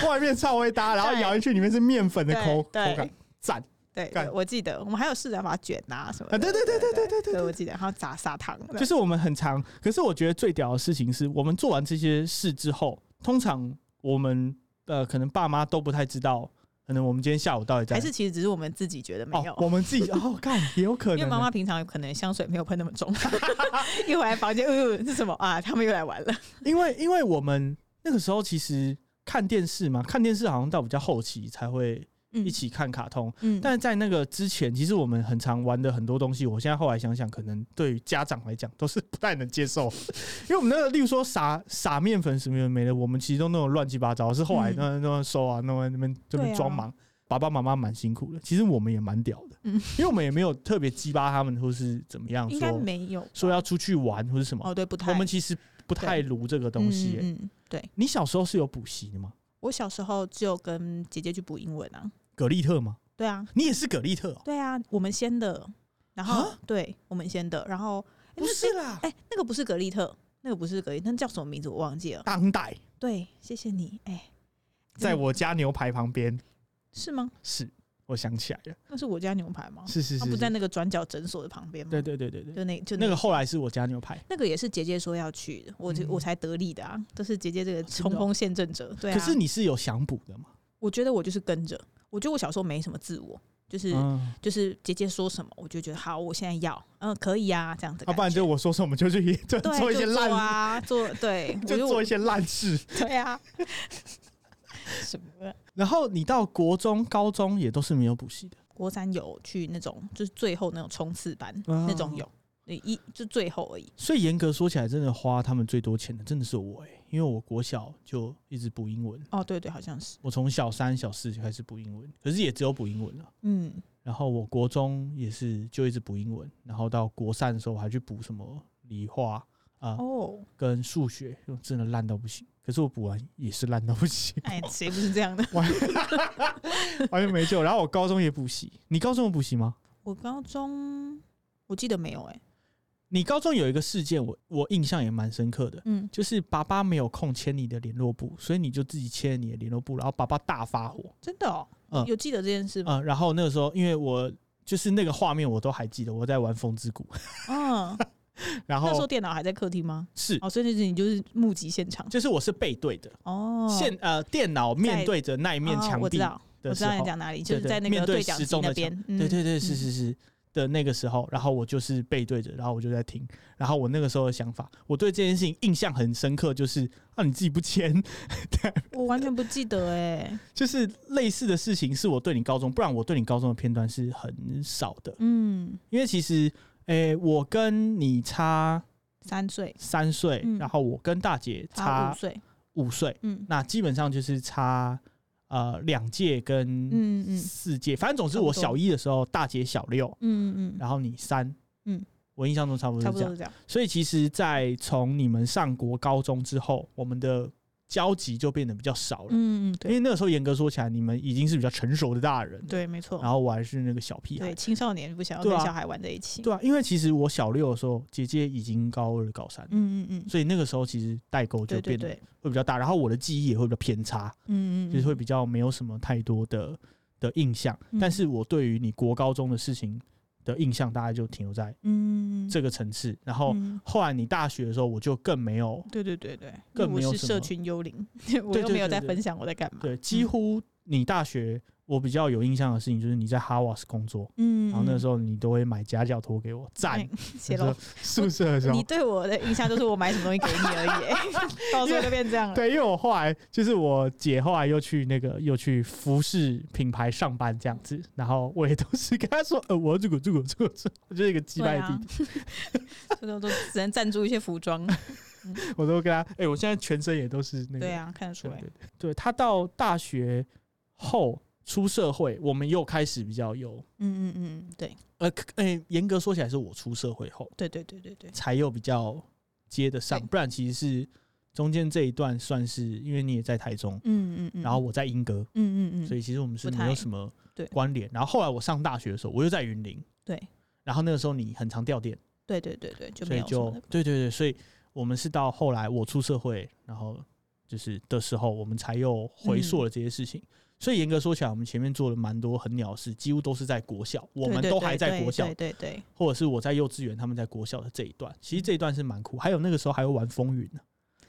外面超味搭，然后
对
咬进去里面是面粉的
对
口口
对
感，赞。
对对，
干
我记得我们还有试着把它卷啊什么的，
啊对对对对对对对
对，我记得，然后撒撒糖，
就是是我们很长，可是我觉得最屌的事情是我们做完这些事之后，通常我们呃，可能爸妈都不太知道，可能我们今天下午到底在
还是其实只是我们自己觉得没有
哦，，我们自己哦，干也有可能
因
欸，
为妈妈平常可能香水没有喷那么重， 一回来房间，呃，是什么啊？他们又来玩了。
因为因为我们那个时候其实看电视嘛，看电视好像到比较后期才会
嗯
一，起看卡通，
嗯，
但是在那个之前，其实我们很常玩的很多东西，我现在后来想想，可能对于家长来讲都是不太能接受， 因为我们那个，例如说撒撒面粉什么有的没的，我们其实都那种乱七八糟，是后来
嗯
那那么收啊，那么那边这
对
边
啊
装忙，爸爸妈妈蛮辛苦的，其实我们也蛮屌的，
嗯
因为我们也没有特别激巴他们或是怎么样
应该
说
没有吧
说要出去玩或是什么，
哦，对，不太
我们其实不太撸这个东西耶、
嗯，嗯嗯对
你小时候是有补习的吗？
我小时候只有跟姐姐去补英文啊，
葛利特吗？
对啊，
你也是葛利特哦？
对啊，我们先的，然后
啊
对我们先的，然后诶
不是啦，
哎，那个不是格丽特，那个不是格丽，那叫什么名字我忘记了。
当代
对，谢谢你，哎，
在我家牛排旁边。
是吗？
是，我想起来了，
那是我家牛排吗？
是是
它
是，
哦不
是
在那个转角诊所的旁边吗？
对对对对对，
就那就
那
个
个后来是我家牛排，
那个也是姐姐说要去的，我就、
嗯
我才得利的啊，都是姐姐这个
真的哦
冲锋陷阵者。对啊，
可是你是有想补的嘛？
我觉得我就是跟着，我觉得我小时候没什么自我，就是、
嗯，
就是姐姐说什么，我就觉得好，我现在要，嗯，可以啊，这样子的
要
感觉。
不然就我说什么就去 就
对
做一些
就
烂，
啊，做 对，我
就
就
做一些烂事。
对啊， 什么？
然后你到国中、高中也都是没有补习的，
国三有去那种，就是最后那种冲刺班、
啊
那种有，对一就最后而已。
所以严格说起来，真的花他们最多钱的真的是我哎、因为我国小就一直补英文，
哦，对对，好像是，
我从小三、小四就开始补英文，可是也只有补英文了。
嗯，
然后我国中也是就一直补英文，然后到国三的时候我还去补什么理化啊、
哦，
跟数学真的烂到不行，可是我补完也是烂到不行，
哎，谁不是这样的？
完完全没救。然后我高中也补习，你高中有补习吗？
我高中我记得没有、哎，
你高中有一个事件我，我印象也蛮深刻的，
嗯，
就是爸爸没有空签你的联络簿，所以你就自己签了你的联络簿，然后爸爸大发火。
真的哦，
嗯
有记得这件事吗？
嗯，然后那个时候因为我就是那个画面我都还记得，我在玩风之谷，
嗯，
啊然
那时候
后
电脑还在客厅吗？
是
哦，所以那是你就是目击现场
就是我是背对的，
哦，
现呃电脑面
在
对着那一面
哦
墙
我
壁
知道，我
的
知
时
道
候
你。讲哪里，就
对
是
对
在那
面
个
对
讲
时
机
钟的
那边，嗯
对对对，是
嗯
是是的那个时候，然后我就是背对着，然后我就在听，然后我那个时候的想法，我对这件事情印象很深刻，就是啊你自己不签，
我完全不记得哎，
就是类似的事情是我对你高中，不然我对你高中的片段是很少的，
嗯，
因为其实诶、我跟你差
三岁
三岁，
嗯
然后我跟大姐
差五
差
岁，
五岁，
嗯
那基本上就是差呃两届跟
嗯嗯
四届，反正总之
差不
我
多
小一的时候，大姐小六，
嗯嗯
然后你三，
嗯，
我印象中差不
嗯，
多
差
是
不
这
多
样
是。这样，
所以其实，在从你们上国高中之后，我们的交集就变得比较少了。
嗯，
因
对
为那个时候严格说起来，你们已经是比较成熟的大人，
对，没错
然，后我还是那个小屁孩
对，，青少年不想要
对
跟
啊
小孩玩在一起，
对啊，因为其实我小六的时候，姐姐已经高二高三了，
嗯嗯嗯，
所以那个时候其实代沟就
对对
变得
对，
会比较大，然后我的记忆也会比较偏差，
嗯嗯，
就是会
嗯
比较没有什么太多的的印象。
嗯
但是我对于你国高中的事情的印象，大概就停留在
嗯
这个哦层次。然后
嗯
后来你大学的时候，我就更没有
对对对对，因为
更没有
我是
什
社
么
群幽 灵，我
对
又
对
没有
对
在
对
分享我在干嘛。
对，几乎你大学我比较有印象的事情，就是你在哈瓦斯工作。
嗯，
然后那时
候
候你都会买夹脚拖给我，赞！
写
那时
了
候，宿舍的时候
你，对我的印象就是我买什么东西给你而已 欸， 到时候就变这样了。啊
对，因为我后来就是我姐后来又去那个又去服饰品牌上班这样子，然后我也都是跟她说，呃，我要这个这个这个这个，我就是一个击
对
败
啊
弟弟，，
这种都只能赞助一些服装。
我都跟她，哎、我现在全身也都是那个，
对啊，看得出
对，
来
对。对对她到大学后出社会，我们又开始比较有，
嗯嗯嗯，对
呃，可哎、严格说起来是我出社会后
对对对对对，
才有比较接得上
对，
不然其实是中间这一段算是因为你也在台中，
嗯嗯嗯。
然后我在英格，
嗯，嗯嗯嗯，
所以其实我们是
不
没有
太
什么
对
关联。然后后来我上大学的时候，我又在云林，
对
然后那个时候你很常掉电，
对对对对，就
所
没
以
有什
就
么的。
对对对，所以我们是到后来我出社会，然后就是的时候，我们才又回溯
嗯
了这些事情。所以严格说起来，我们前面做了蛮多很鸟的事，几乎都是在国小，我
对
们
对
都
对
还在
对
国小，
对对对，
或者是我在幼稚园，他们在国小的这一段，其实
嗯
这一段是蛮酷。还有那个时候还会玩风云呢、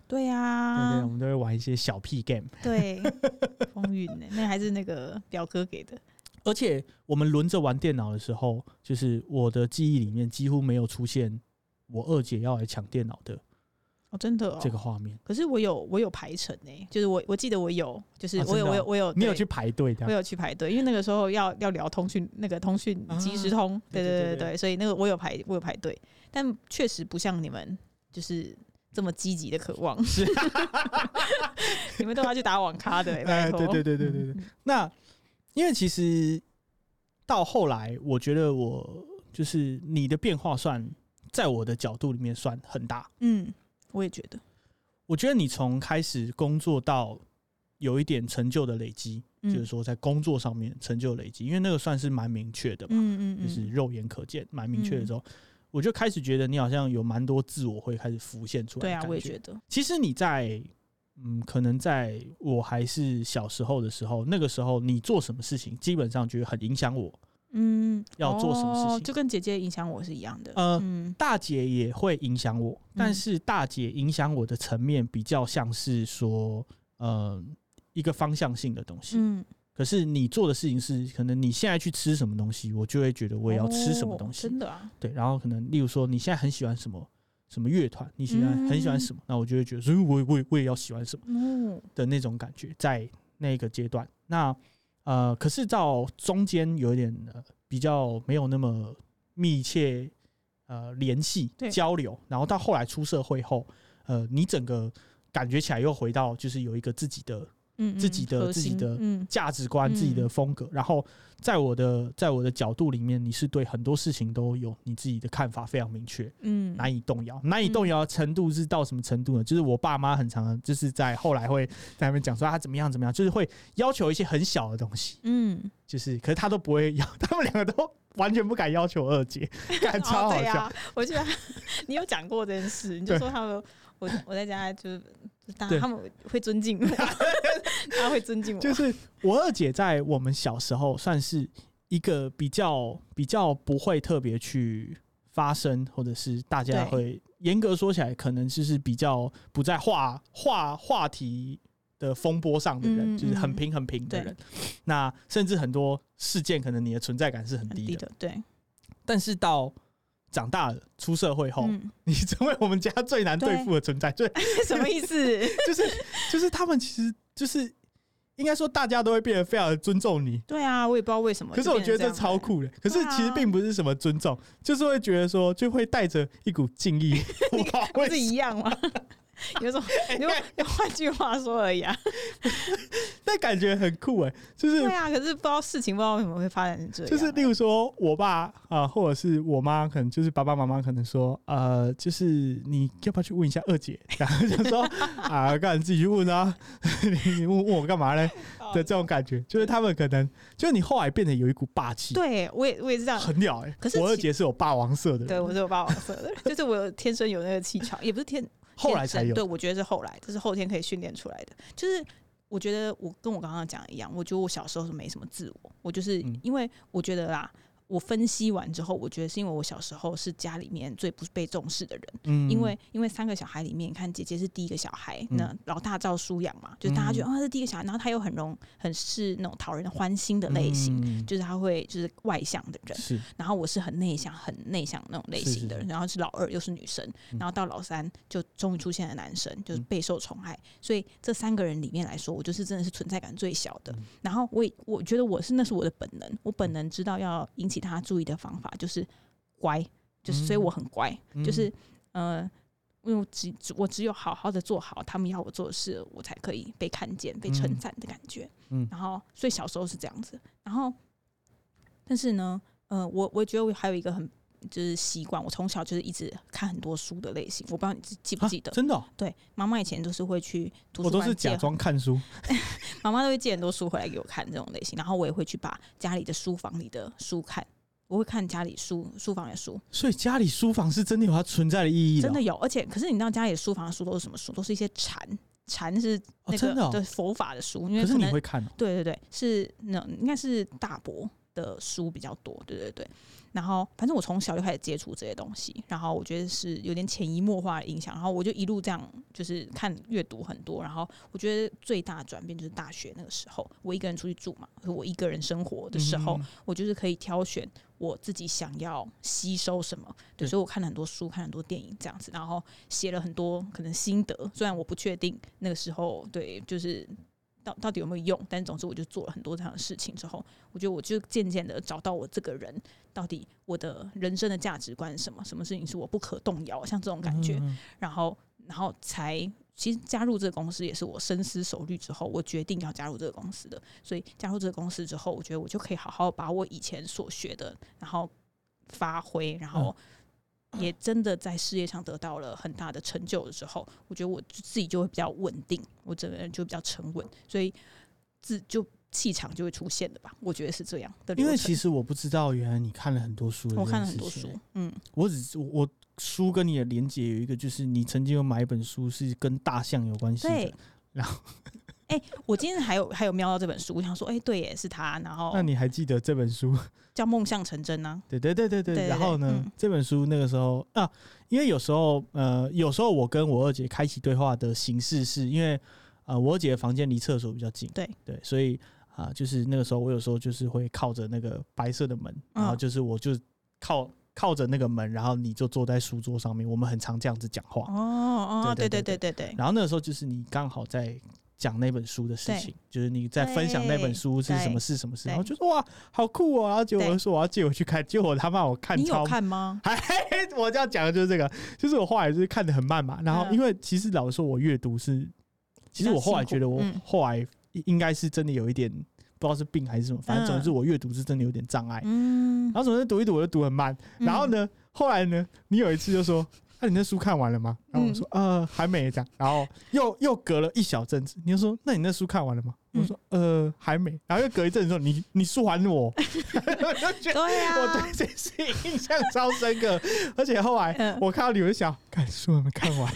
对
对对，我
呀，
们都会玩一些小屁 game，
对， 风云呢，那还是那个表哥给的。
而且我们轮着玩电脑的时候，就是我的记忆里面几乎没有出现我二姐要来抢电脑的
哦，真的哦。
这个画面。
可是我有我有排程呢、就是我我记得我有，就是
啊
我有、
真的哦
我有我有，
你有
对
去排啊队
我
的？
有去排队，因为那个时候要要聊通讯那个通讯
啊
即时通，对
对对
对
对
对，所以那个我有排我有排队，但确实不像你们就是这么积极的渴望，
是
你们都要去打网咖的、欸，
哎
拜托嗯
对对对对对对，那因为其实到后来，我觉得我就是你的变化算在我的角度里面算很大。
嗯，嗯我也觉得，
我觉得你从开始工作到有一点成就的累积，
嗯
就是说在工作上面成就累积，因为那个算是蛮明确的嘛。
嗯嗯嗯，
就是肉眼可见、蛮明确的
嗯
时候，我就开始觉得你好像有蛮多自我会开始浮现出来。
对啊，我也
得。
觉得，
其实你在，嗯，可能在我还是小时候的时候，那个时候你做什么事情，基本上就会很影响我。
嗯，
要做什么事
哦
情
就跟姐姐影响我是一样的，
呃
嗯
大姐也会影响我，但是大姐影响我的层面比较像是说，呃，一个方向性的东西。
嗯，
可是你做的事情是，可能你现在去吃什么东西，我就会觉得我也要吃什么
哦
东西。
真的啊，
对，然后可能例如说你现在很喜欢什么什么乐团，你喜欢、很喜欢什么，那我就会觉得，所以我也我也我也要喜欢什么
嗯，
的那种感觉，在那个阶段。那呃，可是到中间有一点、呃、比较没有那么密切呃联系
对
交流，然后到后来出社会后，呃，你整个感觉起来又回到就是有一个自己的
嗯，
自己的
核
自己
心
的
嗯
价值观、自己的
嗯
风格，然后在我的在我的角度里面，你是对很多事情都有你自己的看法非常明确。
嗯，
难以动摇，难以动摇的程度是到什么程度呢？就是我爸妈很常就是在后来会在那边讲说啊他怎么样怎么样，就是会要求一些很小的东西，
嗯，
就是可是他都不会要， 他们两个都完全不敢要求二姐， 感
哦
超好
对
笑。
啊、我记得你有讲过这件事，你就
对
说他们，我我在家就是大
对
他们会尊 敬我，他会尊 敬我，
就是我二姐在我们小时候算是一个比较比较不会特别去发声，或者是大家
对
会严格说起来，可能就是比较不在话话话题的风波上的人，
嗯
就是很
嗯
平很平的
对
人。那甚至很多事件，可能你的存在感是很
很
低的。
低的，对，
但是到长大了出社会后，
嗯，
你成为我们家最难对付的存在，最
什么意思？
就是就是他们其实就是应该说大家都会变得非常的尊重你，
对啊，我也不知道为什么，
可是
就
我
变
觉
成
得这
样
超
了，
酷的，可是
对啊
其实并不是什么 尊重，就是会觉得说就会带着一股敬意，我不知道为
不是
什哎
一样吗？有种，有有换句话说而已啊。
但感觉很酷哎、就是
对啊，可是不知道事情不知道为什么会发展成这样啊，
就是，例如说，我爸啊、或者是我妈，可能就是爸爸妈妈，可能说，呃，就是你要不要去问一下二姐？然后就说 啊，干你自己去问啊， 你你问问我干 嘛嘞？
哦
的这种感觉，就是他们可能，就是你后来变得有一股霸气，，
对我也我也是这样，
很屌哎、
可是
我二
其
姐是有霸王色的人，
对我是有霸王色的人，就是我有天生有那个气场，也不是天，
后来才
天生
有
对，我觉得是后来，这是后天可以训练出来的。就是我觉得我跟我刚刚讲的一样，我觉得我小时候是没什么自我，我就是
嗯
因为我觉得啦，我分析完之后，我觉得是因为我小时候是家里面最不被重视的人。
嗯
因为因为三个小孩里面，你看姐姐是第一个小孩，那
嗯
老大照书养嘛，就是大家觉得
嗯
啊、她是第一个小孩，然后他又很容很是那种讨人欢心的类型，
嗯
就是他会就是外向的人，
是
然后我是很内向很内向那种类型的
是
人，
是
然后是老二又是女生，
嗯
然后到老三就终于出现了男生，就是
嗯
备受宠爱，所以这三个人里面来说，我就是真的是存在感最小的
嗯。
然后我也我觉得我是那是我的本能，我本能知道要引起他注意的方法就是乖，就是所以
嗯
我很乖，
嗯
就是呃，因为我只只我只有好好的做好他们要我做的事，我才可以被看见、被称
嗯
赞的感觉。
嗯
然后所以小时候是这样子，然后但是呢，呃，我我觉得我还有一个很就是习惯，我从小就是一直看很多书的类型，我不知道你记记不
啊
记得？
真的哦、
对，妈妈以前都是会去图
我
书
都
馆
是
借
假装看书，
妈妈都会借很多书回来给我看这种类型，然后我也会去把家里的书房里的书看。我会看家里书书房里的书，
所以家里书房是真的有它存在的意义
真
哦
的有，而且可是你知道家里的书房的书都是什么书？都是一些禅，禅是
哦
那
真的
个
哦
对佛法的书，因为
可是
可
你
能
会看哦、
对对对，是那应该是大伯的书比较多，对对对。然后反正我从小就开始接触这些东西，然后我觉得是有点潜移默化的影响，然后我就一路这样就是看阅读很多，然后我觉得最大的转变就是大学那个时候，我一个人出去住嘛，我一个人生活的时候，
嗯
我就是可以挑选我自己想要吸收什么，对，
对
所以我看了很多书，看了很多电影这样子，然后写了很多可能心得，虽然我不确定那个时候对，就是到到底有没有用，但总之我就做了很多这样的事情之后，我觉得我就渐渐的找到我这个人到底我的人生的价值观是什么，什么事情是我不可动摇，像这种感觉，
嗯嗯
然后然后才其实加入这个公司也是我深思熟虑之后，我决定要加入这个公司的。所以加入这个公司之后，我觉得我就可以好好把我以前所学的，然后发挥，然
嗯
后也真的在事业上得到了很大的成就的时候，我觉得我自己就会比较稳定，我整个人就比较沉稳，所以自就气场就会出现的吧。我觉得是这样的流
因为
程。
其实我不知道，原来你看了很多书。
我看了很多书，，嗯，
我只欸是我我书跟你的连接有一个，就是你曾经有买一本书是跟大象有关系
对
的。。然
后，哎、我今天还有还有瞄到这本书，我想说，哎、对耶，是他，然后
那你还记得这本书？
叫《梦想成真》啊呢、
对对对对
对对
对。然后呢
嗯，
这本书那个时候啊，因为有时候呃，有时候我跟我二姐开启对话的形式，是因为呃，我二姐的房间离厕所比较近，
对
对，所以啊、就是那个时候我有时候就是会靠着那个白色的门，
嗯
然后就是我就靠靠着那个门，然后你就坐在书桌上面，我们很常这样子讲话。
哦哦，对
对
对
对
对对对，
然后那个时候就是你刚好在讲那本书的事情，就是你在分享那本书是什么事什么事，
对
然后就说哇好酷哦，然后结果我就说我要借回去看，结果他妈我看
你有
超，
看吗？
还哎我这样讲的就是这个，就是我后来就是看的很慢嘛，然后
嗯
因为其实老实说，我阅读是，其实我后来觉得我
嗯
后来应该是真的有一点不知道是病还是什么，反正总之我阅读是真的有点障碍，
嗯
然，后总之读一读我就读很慢，然后呢，后来呢，你有一次就说：“那、你那书看完了吗？”然后我说：“
嗯
呃，还没。”这样，然后又又隔了一小阵子，你就说：“那你那书看完了吗？”
嗯
我说：“呃，还没。”然后又隔一阵子说：“你你书还我。” 我就觉得
嗯？对
我
啊
对，这件事情印象超深刻，而且后来
嗯
我看到你，我就想，看书还没看完，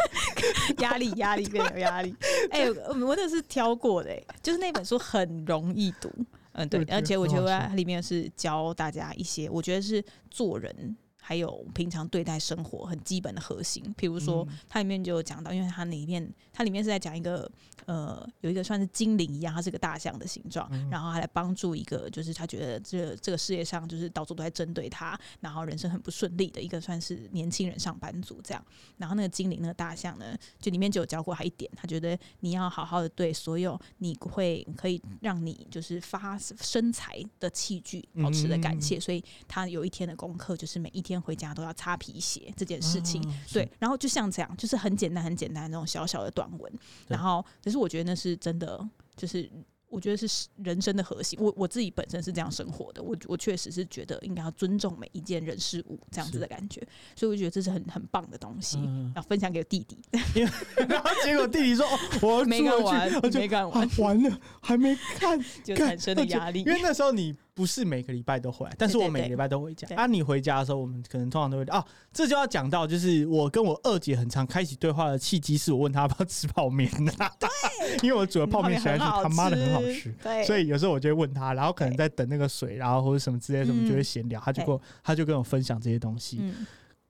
压力压力变得 有压力。哎、我我那是挑过的、哎就是那本书很容易读。嗯，对
我，觉得
而且我觉
很好
得
笑
它里面是教大家一些，我觉得是做人还有平常对待生活很基本的核心。比如说
嗯，
它里面就有讲到，因为它里面它里面是在讲一个呃，有一个算是精灵一样，它是个大象的形状，
嗯
然后还来帮助一个，就是他觉得这这个世界上就是到处都在针对他，然后人生很不顺利的一个算是年轻人上班族这样。然后那个精灵那个大象呢，就里面就有教过他一点，他觉得你要好好的对所有你会可以让你就是发身材的器具保持着感谢，所以他有一天的功课就是每一天天回家都要擦皮鞋这件 事情。
啊，
对，然后就像这样，就是很简单、很简单的那种小小的短文。然后，可是我觉得那是真的，就是我觉得是人生的核心。我我自己本身是这样生活的，我我确实是觉得应该要尊重每一件人事物这样子的感觉，所以我就觉得这是很很棒的东西。
嗯
然后分享给弟弟，
然后结果弟 弟说：“哦，我要
没
住
看
回去我
完，
就
没看
啊
完，
完了，还没 看，
就
干
产生了
而且
压力
因。为那时候你不是每个礼拜都回来，但是
对对
我每个
对
礼拜都回家。
对
啊，你回家的时候，我们可能通常都会啊，这就要讲到，就是我跟我二姐很常开启对话的契机，是我问她要不要吃泡面呢、 因为我煮的泡面实在是他妈的很好吃。，
对，
所以有时候我就会问她，然后可能
对
在等那个水，然后或者什么之类的什么，
嗯
就会闲聊。她就跟我，她就跟我分享这些东西。
嗯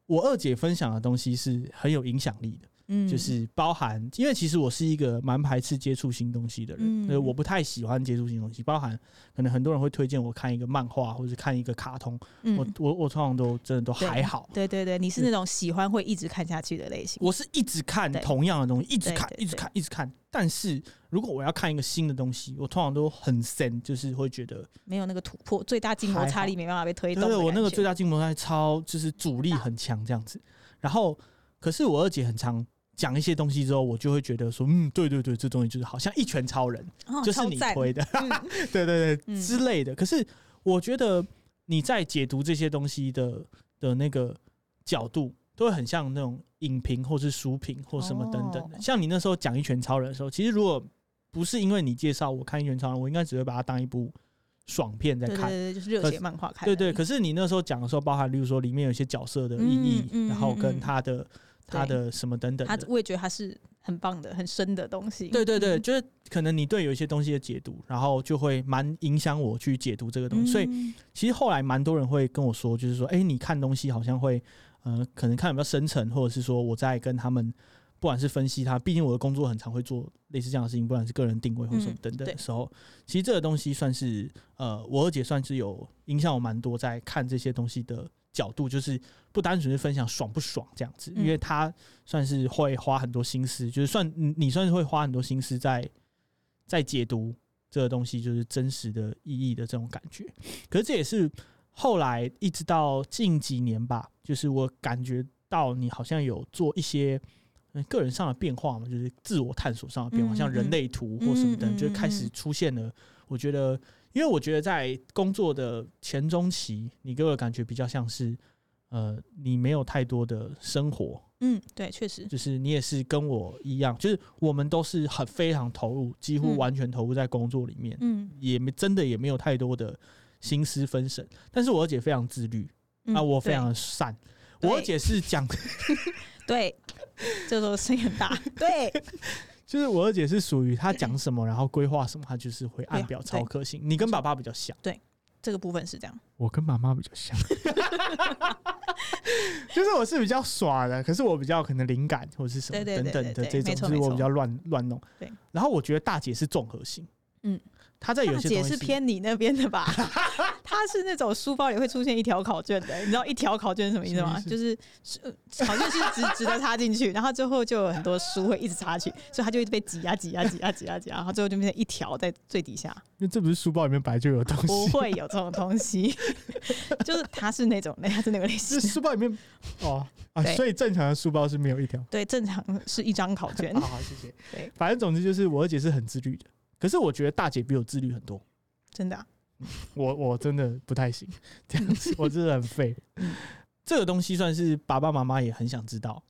我二姐分享的东西是很有影响力的。
嗯
就是包含，因为其实我是一个蛮排斥接触新东西的人，
嗯
呃我不太喜欢接触新东西，包含可能很多人会推荐我看一个漫画或者看一个卡通，我
嗯，
我我通常都真的都还好，
对对对，你是那种喜欢会一直看下去的类型。
我是一直看
对
同样的东西，一直
对
看，
对
一直
对
看，一直看。但是如果我要看一个新的东西，我通常都很深，就是会觉得，
没有那个突破，最大静摩擦力没办法被推
对
动的
对，
感觉。
我那个最大筋膜在超，就是阻力很强这样子。然后，可是我二姐很常讲一些东西之后，我就会觉得说，嗯，对对对，这东西就是好像一拳超人。
哦
就是
超
你
赞
推的，
嗯
对对对、
嗯
之类的。可是我觉得你在解读这些东西的的那个角度，都会很像那种影评或是书评或什么等等的。
哦
像你那时候讲《一拳超人》的时候，其实如果不是因为你介绍我看《一拳超人》，我应该只会把它当一部爽片在
对对
看。
对，就是热血漫画看的。
对对，可是你那时候讲的时候，包含例如说里面有一些角色的意义，
嗯嗯
然后跟
嗯
他的、他
对
的什么等等
他
的，
我也觉得他是很棒的、很深的东西。
对对对，
嗯，
就是可能你对有一些东西的解读，然后就会蛮影响我去解读这个东
嗯
西。所以
以
其实后来蛮多人会跟我说，就是说，哎、你看东西好像会，呃，可能看得比较深层，或者是说我在跟他们，不管是分析它，毕竟我的工作很常会做类似这样的事情，不管是个人定位或者什么
嗯
等等
对
的时候，其实这个东西算是，呃，我二姐算是有影响我蛮多，在看这些东西的。角度就是不单纯是分享爽不爽这样子，因
嗯
为她算是会花很多心思，就是算你你算是会花很多心思在在解读这个东西，就是真实的意义的这种感觉。可是这也是后来一直到近几年吧，就是我感觉到你好像有做一些嗯个人上的变化嘛，就是自我探索上的变化，
嗯
像人类图或什么等，
嗯嗯嗯
就开始出现了。我觉得，因为我觉得在工作的前中期，你给我的感觉比较像是。呃，你没有太多的生活，
嗯，对，确实，
就是你也是跟我一样，就是我们都是很非常投入，几乎
嗯
完全投入在工作里面。
嗯，
也没真的也没有太多的心思分神。但是我二姐非常自律，
嗯
啊，我非常的善。
对
我二姐是 讲，
对，对这时候声音 很大，对，
就是我二姐是属于她讲什么，然后规划什么，她就是会按表
对
超可行。你跟爸爸比较像，
这个部分是这样，
我跟妈妈比较 像，就是我是比较耍的，可是我比较可能灵感或是什么
对
等
对对
等的
对对
这
没
种，
错
就是
没
我
错
比较乱乱弄
对。
然后我觉得大姐是综合性，
嗯，
她在有
大
些
姐
东西
是偏你那边 的吧？她是那种书包里会出现一条考卷的，你知道一条考卷是什么意思吗？
什么意思
就是是呃考卷是直 直的插进去，然后最后就有很多书会一直插去，所以她就一直被挤压、挤压、啊挤压、挤压、挤压，然后最后就变成一条在最底下。
因为这不 是书包里面本来就有的东
不
西，
会有这种东西， 就是她是那种类，她是那个类型
是。书包里 面哦啊，
对
所以正常的书包是没有一条。
对，正常是一张考卷
好。好，谢谢。
对，
反正总之就是我二姐是很自律的，可是我觉得大姐比我自律很多，
真的啊、
我我真的不太行，这样 子我真的很废。
嗯
这个东西算是爸爸妈妈也很想知道，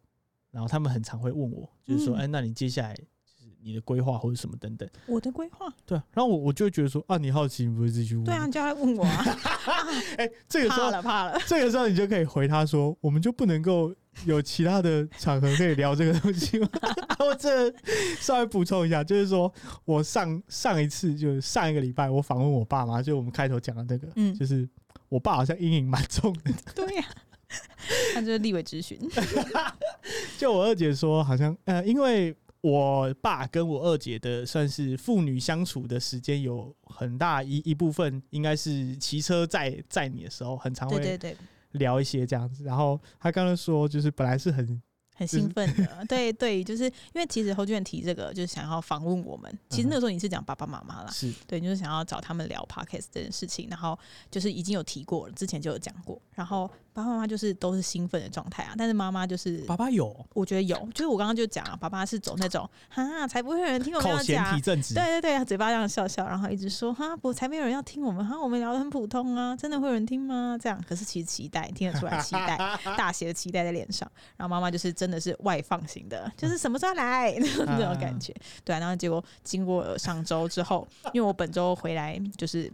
然后他们很常会问我，就是说，
嗯
哎、那你接下来就是你的规划或者什么等等，
我的规划。
对啊、然后我我就会觉得说，啊，你好奇你不会自己去问，
对啊，，你就要问我啊，
哎、这个时
怕
候
了怕了。
这个时候你就可以回他说，我们就不能够有其他的场合可以聊这个东西 吗？我这稍微补充一下，就是说我上上一次就是上一个礼拜我访问我爸妈，就我们开头讲的那个，
嗯
就是我爸好像阴影蛮重的，
对呀、那就是立委咨询。
就我二姐说好像呃，因为。我爸跟我二姐的算是父女相处的时间有很大一一部分，应该是骑车载载你的时候，很常
对
会
对对，
聊一些这样子。然后他刚刚说，就是本来是很
很兴奋的。对对，就是因为其实侯俊远提这个，就是想要访问我们。
嗯
其实那个时候你是讲爸爸妈妈啦，
是
对，就是想要找他们聊 podcast 这件事情，然后就是已经有提过了，之前就有讲过。然后爸爸妈妈就是都是兴奋的状态啊，但是妈妈就是
爸爸有
我觉得有，就是我刚刚就讲啊，爸爸是走那种哈，才不会有人听我们
口
要
嫌
讲
体，正直，
对对对，嘴巴这样笑笑，然后一直说哈，不才没有人要听我们哈，我们聊的很普通啊，真的会有人听吗？这样，可是其实期待听得出来，期待大写的期待在脸上，然后妈妈就是真的是外放型的，就是什么时候来 那
嗯
种感觉，对、啊，然后结果经过上周之后，因为我本周回来就是。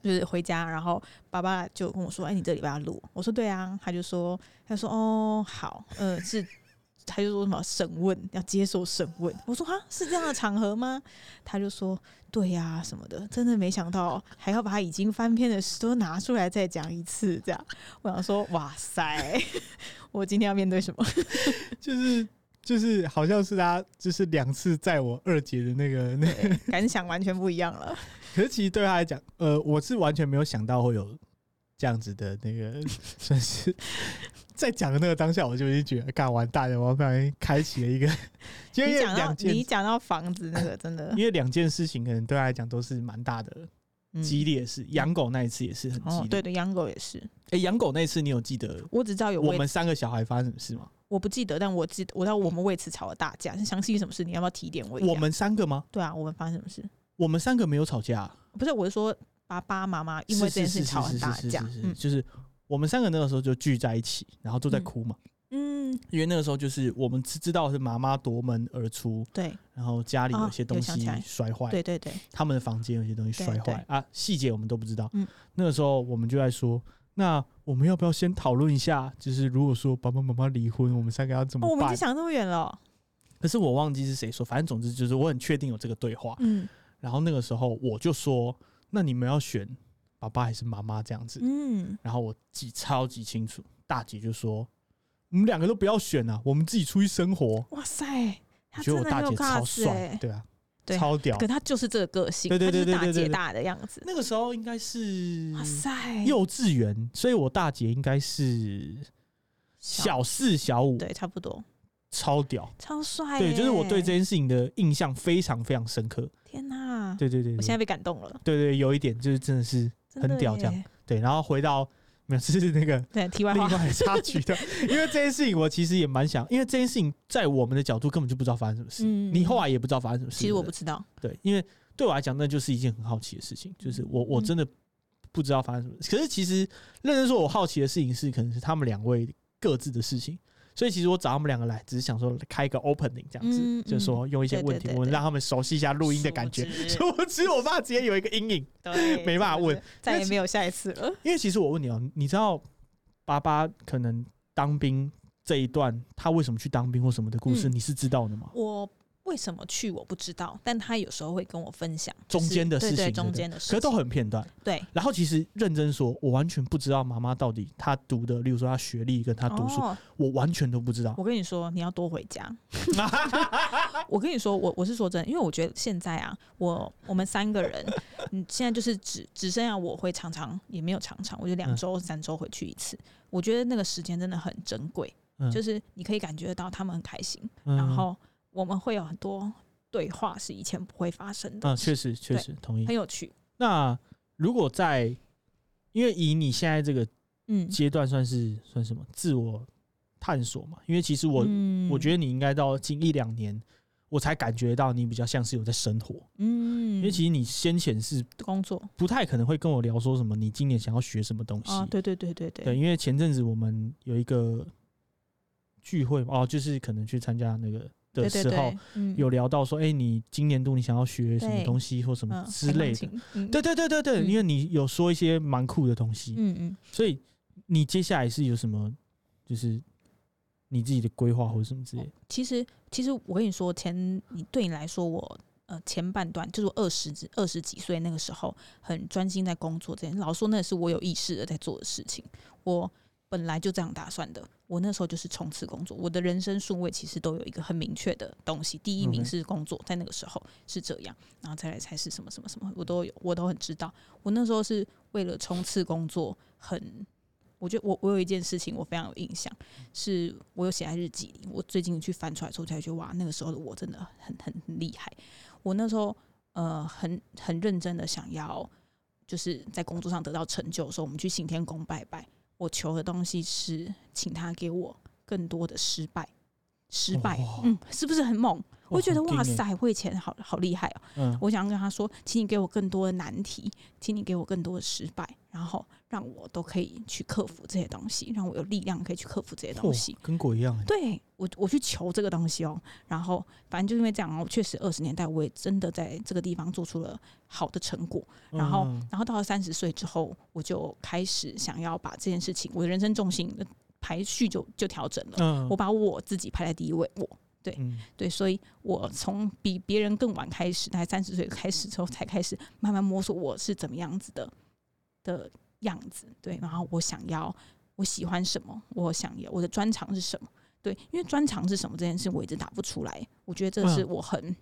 就是回家，然后爸爸就跟我说：“哎、你这礼拜要录？”我说：“对啊。”他就说：“他说哦，好，呃，是他就说什么审问要接受审问，我说哈是这样的场合吗？他就说对呀、什么的，真的没想到还要把已经翻篇的事都拿出来再讲一次，这样我想说哇塞， 我今天要面对什么？
就是就是好像是他就是两次载我二姐的那个那个，
对，感想完全不一样了。
可是其实对他来讲，呃，我是完全没有想到会有这样子的那个算是。在讲的那个当下，我就已经觉得，干完蛋了！我不小心开启了一个，因
你
为
讲到
两件
你，讲到房子那个真的
因为两件事情可能对他来讲都是蛮大的
嗯
激烈的事。养狗那一次也是很激烈。
哦，对对，养狗也是，
哎，养狗那一次你有记得
我只知道有
我
为
们三个小孩发生什么事吗？
我不记得，但我记我知道我们为此吵了大架，是详细是什么事？你要不要提点我一下？
我们三个吗？
对啊，我们发生什么事？
我们三个没有吵架啊、
不是，我是说爸爸妈妈因为这件事情吵很大架
是是是是是。是
嗯
就是我们三个那个时候就聚在一起，然后都在
嗯
哭嘛，
嗯，
因为那个时候就是我们知知道是妈妈夺门而出，
对
然后家里有
啊
些东
有想
西
起来
摔坏，
对对对，
他们的房间有些东西
对
摔
对
坏啊，细节我们都不知道。
嗯
那个时候我们就在说，那我们要不要先讨论一下，就是如果说爸爸妈妈离婚，我们三个要怎
哦，我
么
们已
办
经？想那么远了哦，
可是我忘记是谁说，反正总之就是我很确定有这个对话。
嗯
然后那个时候我就说，那你们要选爸爸还是妈妈这样子？
嗯，
然后我记超级清楚，大姐就说：“我们两个都不要选啊，我们自己出去生活。
哇塞，”他
我觉
真
得我
的
大
很有
姐超
class
帅，
哎，
对啊，
对啊
超屌
可。他就是这个个性，
对对
他
对对对对
就是大姐
对
大的样子，
那个时候应该是
哇塞，
幼稚园，所以我大姐应该是小四、小五，
对，差哎不多，
超屌。
超帅耶，欸
对，就是我对这件事情的印象非常非常深刻。
天哪，
对对对，
我
对
现在被感动了，
对对，有一点就是真的是
真的
嗯很屌这样
耶，
对。然后回到没有，这是那 个
对，题外
另
话，
外插曲的，因为这件事情我其实也蛮想，因为这件事情在我们的角度根本就不知道发生什么事，
嗯
你后来也不知道发生什么事。
其实我
对
不知道，
对，因为对我来讲，那就是一件很好奇的事情，就是我我
嗯
真的不知道发生什么事。可是其实认真说，我好奇的事情是，可能是他们两位各自的事情。所以其实我找他们两个来，只是想说开一个 opening 这样子，
嗯
就是说用一些
对
问
对
题
对
问，
对
让他们熟悉一下录音的感觉。殊不知我爸直接有一个阴影，
对，
没办法
真的
问
是，再也没有下一次了，
因为其实我问你哦、你知道爸爸可能当兵这一段，他为什么去当兵或什么的故事，
嗯
你是知道的吗？
我。为什么去我不知道，但他有时候会跟我分享
中
就是
间的事
对
情
对
对不
中
对
间的事
可
情
是都很片段。
对，
然后其实认真说，我完全不知道妈妈到底她读的，例如说她学历跟她读书，
哦、
我完全都不知道。
我跟你说，你要多 回家。我跟你说，我我是说真的，因为我觉得现在啊，我我们三个人，嗯，现在就是只只剩下我会常常也没有常常，我就两
嗯
周、三周回去一次。我觉得那个时间真的很珍贵，
嗯
就是你可以感觉得到他们很开心，
嗯
然后我们会有很多对话是以前不会发生的，
嗯，确实确实同意
很。有趣。
那如果在，因为以你现在这个
嗯，
阶段算是算什么自我探索嘛？因为其实我、
嗯
我觉得你应该到近一两年，我才感觉到你比较像是有在生活。
嗯，
因为其实你先前是
工作
不太可能会跟我聊说什么你今年想要学什么东西。
啊，对对对对
对，
对，
因为前阵子我们有一个聚会嘛哦，就是可能去参加那个的
对
时
对
候，
对，嗯
有聊到说，哎、你今年度你想要学什么
对
东西或什么
嗯
之类，
弹
的。
钢琴嗯
对对对对对，
嗯
因为你有说一些蛮酷的东西，
嗯嗯。
所以你接下来是有什么，就是你自己的规划或者什么之类的。
哦其实，其实我跟你说，前你对你来说，我呃前半段就是我二十二十几岁那个时候，很专心在工作这件，老实说那是我有意识的在做的事情。我本来就这样打算的，我那时候就是冲刺工作，我的人生顺位其实都有一个很明确的东西，第一名
OK
是工作，在那个时候是这样，然后再来才是什么什么什么，我都有，我都很知道。我那时候是为了冲刺工作很。我觉得我我有一件事情我非常有印象，是我有写在日记里。我最近去翻出来的时候，才觉得哇，那个时候的我真的很很很厉害。我那时候呃很很认真的想要，就是在工作上得到成就的时候，我们去行天宫拜拜。我求的东西是，请他给我更多的失败，失败
哇，
嗯，是不是很猛？我觉得
很
哇
哦硬欸，
塞，我以前好好厉害哦、
嗯，
我想跟他说，请你给我更多的难题，请你给我更多的失败，然后让我都可以去克服这些东西，让我有力量可以去克服这些东西
嚯。跟鬼一样欸，
对我，我去求这个东西哦、然后反正就因为这样哦，确实二十年代我也真的在这个地方做出了好的成果。然后
嗯，
然后到了三十岁之后，我就开始想要把这件事情，我的人生重心的呃排序就就调整了。
嗯，
我把我自己排在第一位，我
嗯
对，所以我从比别人更晚开始，大概三十岁开始之后，才开始慢慢摸索我是怎么样子的的样子。对，然后我想要，我喜欢什么，我想要我的专长是什么。对，因为专长是什么这件事，我一直答不出来。我觉得这是
嗯
我很、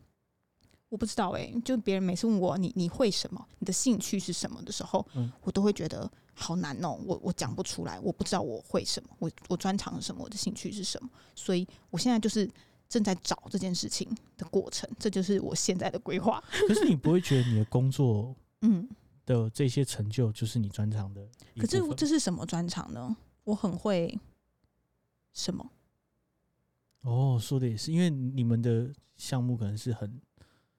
我不知道哎、就别人每次问我你你会什么，你的兴趣是什么的时候，
嗯
我都会觉得好难哦、我我讲不出来，我不知道我会什么，我我专长是什么，我的兴趣是什么，所以我现在就是正在找这件事情的过程，这就是我现在的规划。
可是你不会觉得你的工作
嗯，
的这些成就就是你专长的一
可是
部分
这是什么专长呢？我很会什么？
哦，说的也是，因为你们的项目可能是很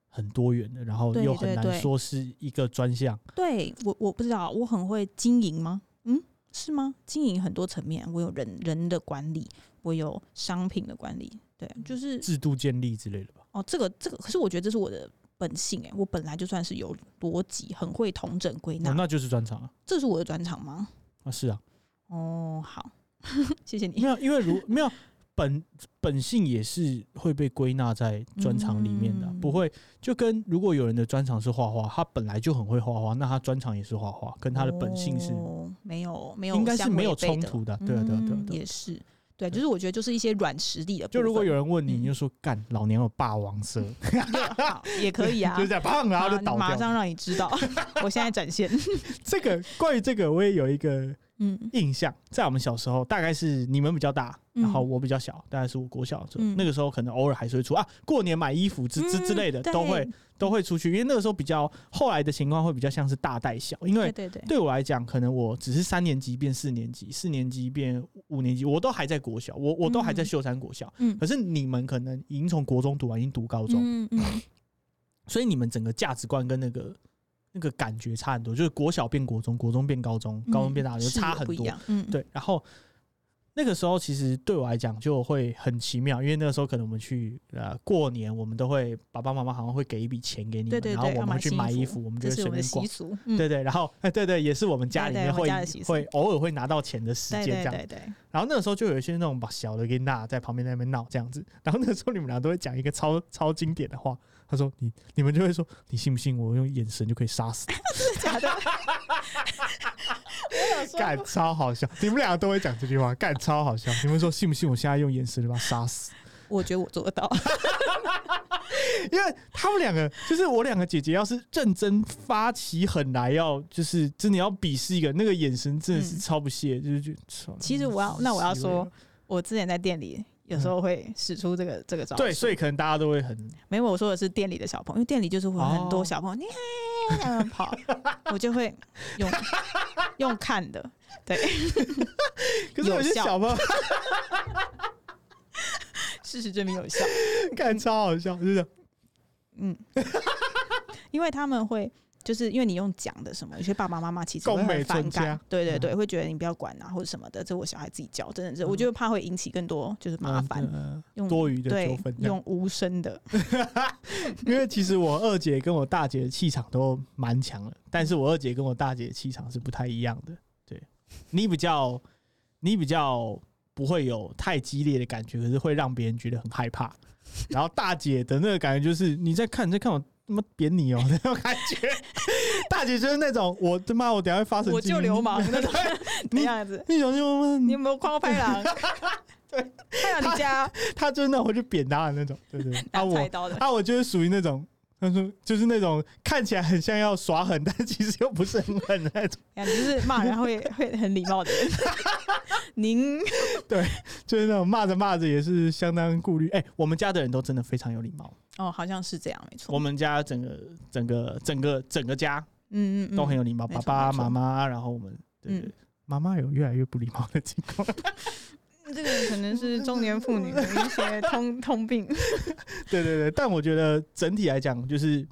很多元的，然后
对
又很
对
难
对
说是一个专项。
对我我不知道，我很会经营吗？嗯，是吗？经营很多层面，我有人人的管理，我有商品的管理，对，就是
制度建立之类的吧。
哦，这个这个，可是我觉得这是我的本性哎、我本来就算是有逻辑，很会统整归纳，
哦、那就是专长啊。
这是我的专长吗？
啊，是啊，
哦，好， 谢谢你
没。有，因为如没有本本性也是会被归纳在专长里面的啊、
嗯
不会就跟如果有人的专长是画画，他本来就很会画画，那他专长也是画画，跟他的本性是、
哦、没有没有
应该是
相
没有
违背
冲
的
突的啊。对啊，对啊，对啊
嗯，
对啊。
也是对，就是我觉得就是一些软实力的部
就
分，
如果有人问你，
嗯
你就说干老娘有霸王色，
对啊好也可以啊
就。这样砰，然后就
好
倒
马
掉。
上让你 知道，我现在展现。
这个关于这个我也有一个
嗯
印象，在我们小时候，大概是你们比较大，
嗯
然后我比较小，大概是我国小的时候，
嗯
那个时候可能偶尔还是会出啊，过年买衣服之之之类的
嗯对
都会都会出去，因为那个时候比较后来的情况会比较像是大带小，因
对
为
对对，
对我来讲，可能我只是三年级变四年级，四年级变五年级，我都还在国小，我我都还在
嗯
秀山国小，
嗯
可是你们可能已经从国中读完，已经读高中，
嗯嗯，
所以你们整个价值观跟那个。那个感觉差很多，就是国小变国中，国中变高中，
嗯
高中变大学，就
视野
差很
不一
多。
样。嗯，
对，然后那个时候其实对我来讲就会很奇妙，因为那个时候可能我们去呃过年，我们都会爸爸妈妈好像会给一笔钱给你们，
对对
然后
对
我
要
们会
买
去
新
买
衣
衣
服
服，我们就会
这是
随
我们的
便逛
习。俗。嗯
对对，然后 哎，对对，也是我们家里
对对
面
我
会
们家的习俗
会偶尔会拿到钱的时
对
间这
对
样。
对对，
然后那个时候就有一些那种把小的给娜在旁边在那边闹这样子。然后那个时候你们俩都会讲一个超超经典的话，他说你你们就会说你信不信我用眼神就可以杀 死你，
真的假的？ 我有说
干超好笑。你们俩都会讲这句话，干超好笑。你们说信不信我现在用眼神就把他杀死？
我觉得我做 得到。
因为他们两个，就是我两个姐姐，要是认真发起狠来，要就是真的要鄙视一个，那个眼神真的是
嗯
超不屑，就是就操
其实我要那我要说，我之前在店里有时候会使出这个这个招数。
嗯对，所以可能大家都 会很
没有，我说的是店里的小朋友，因为店里就是会有很
哦
多小朋友，你那 样跑，我就会用用看的，
可是有些
有效
小朋友
事实证明有效。
看超好笑，就是
嗯，因为他们会。就是因为你用讲的什么，有些爸爸妈妈其实会
共美
很反
存
感
家，
对对对，会觉得你不要管啊，或者什么的，这我小孩自己教，真的是，我
嗯
觉得怕会引起更多就是麻烦，
嗯
用
多余的纠
对
纷这样
用无声的，
因为其实我二姐跟我大姐的气场都蛮强的，但是我二姐跟我大姐的气场是不太一样的。对你比较，你比较不会有太激烈的感觉，可是会让别人觉得很害怕。然后大姐的那个感觉就是你在看，你在看我。他妈扁你哦、那种感觉。大姐就是那种，我他妈我等一下会发神经，
我就流氓那种
你
那样子，
你小心我
你有
们，
没有夸我拍狼？
对，
拍狼你家
她就是那种会去扁她的那种，对对对。啊
拿
我
菜刀的，
啊，我就是属于那种他说就是那种看起来很像要耍狠，但其实又不是很狠的那种，
呀，你就是骂人会 会很礼貌的人。您
就是那种骂着骂着也是相当顾虑。哎、我们家的人都真的非常有礼 貌，
哦，好像是这样，没错。
我们家整个整个整个整个家
嗯嗯嗯，
都很有礼貌，
没
爸
错
爸
没错
妈妈，然后我们对对
嗯
妈妈有越来越不礼貌的情况，
这个可能是中年妇女的 一些通通病。
对对对，但我觉得整体来讲，就是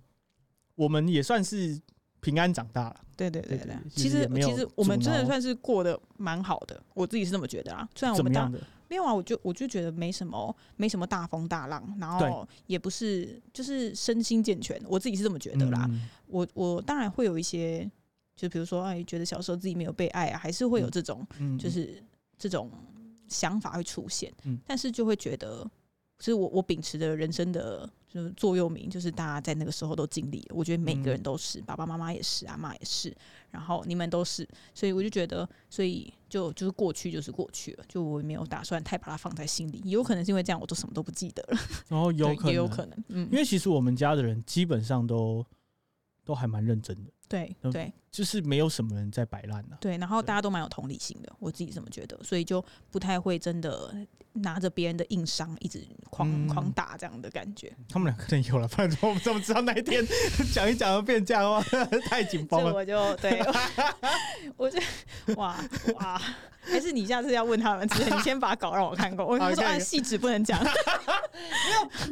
我们也算是平安长大了。
对对对
对
对
对，其
其
实也
实
没有
其实我们
阻
真的
挠
算是过得蛮好的，我自己是这么觉得啊。虽然我
怎
们
么
当
样的？
没有啊，我就我就觉得没什么没什么大风大浪，然
对
后也不是就是身心健全，我自己是这么觉得啦。
嗯
我我当然会有一些，就比如说哎，觉得小时候自己没有被爱啊，还是会有这种、
嗯
就是这种想法会出现，
嗯
但是就会觉得，其实我我秉持的人生的就是座右铭，就是大家在那个时候都经历了，我觉得每个人都
嗯
是，爸爸妈妈也是，阿妈也是，然后你们都是，所以我就觉得，所以就就是过去就是过去了，就我也没有打算太把它放在心里，也有可能是因为这样，我都什么都不记得了，
然后哦有
对
可能，
也有可能，嗯
因，为其实我们家的人基本上都都还蛮认真的，
对
嗯
对
就是没有什么人在摆烂啊的。
对，然后
对
大家都蛮有同理心的，我自己这么觉得，所以就不太会真的拿着别人的硬伤一直狂、
嗯
狂打这样的感觉。
他们两个人有了，不然我们怎么知道那一天 讲一讲要变这样的话， 太紧绷
这
了。
我就 对，我就哇哇， 还是你下次要问他们之前，你先把稿让我看过。我
好
就说
看一
按
个
细致不 能讲，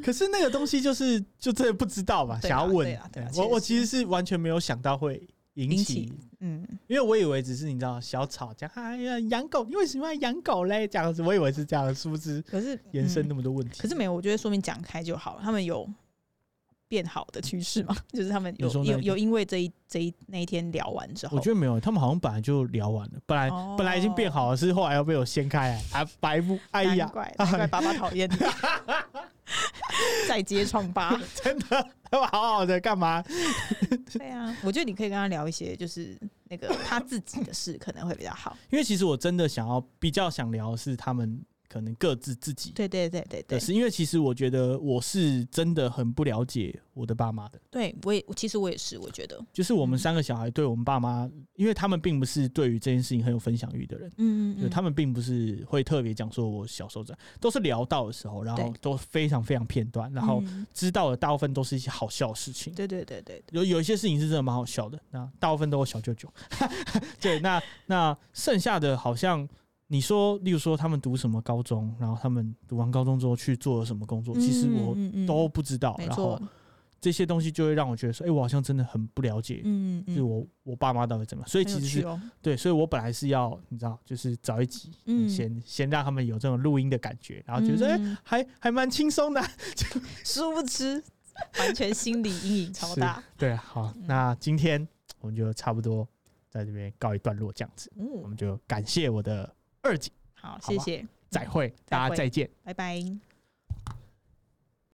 可是那个东西就是就真的不知道嘛，
对
想
啦
要问
对啦啊对啦。
我我
确
其
实
实是完全没有想到会引
引
起
起嗯，
因为我以为只是你知道小吵架，哎呀养狗，你为什么要养狗嘞？这样子，我以为是这样，是不是
可是
延伸
嗯
那么多问题？
可是没有，我觉得说明讲开就好了。他们有变好的趋势嘛？ 就是他们
你
有
说那
有
一
有因为这一这一那一天聊完之后，
我觉得没有，他们好像本来就聊完了，本来、
哦
本来已经变好了，是后来又被我掀开来，啊，白不，哎
难
呀，
怪难怪爸爸讨 厌你，再接创 疤。
真的，他们好好的干嘛？
对啊，我觉得你可以跟他聊一些，就是那个他自己的事，可能会比较好。
因为其实我真的想要比较想聊的是他们可能各自自己
对对对对对
的，事，因为其实我觉得我是真的很不了解我的爸妈的。
对我也其实我也是，我觉得，
就是我们
嗯
三个小孩对我们爸妈，因为他们并不是对于这件事情很有分享欲的人，
嗯
就他们并不是会特别讲说我小时候在，都是聊到的时候，然后
对
都非常非常片段，然后
嗯
知道的大部分都是一些好笑的事情。
对对对对对，
有有一些事情是真的蛮好笑的，那大部分都有小舅舅。 对，那那剩下的好像你说，例如说他们读什么高中，然后他们读完高中之后去做了什么工作，其实我
嗯嗯嗯
都不知道。
没
然
错
后，这些东西就会让我觉得说，哎、我好像真的很不了解，
嗯
就是我我爸妈到底怎么样。所以
很
其
有
实
趣
是
哦，
对，所以我本来是要你知道，就是找一集，
嗯
先先让他们有这种录音的感觉，然后觉得哎、
嗯
还还蛮轻松的。
殊不知完全心理阴影超
是
大。
对，好，那今天我们就差不多在这边告一段落，这样子，我
嗯，
们就感谢我的二姐，
好，
好
谢
吧
谢，
再会，大家
会
再见。
拜拜。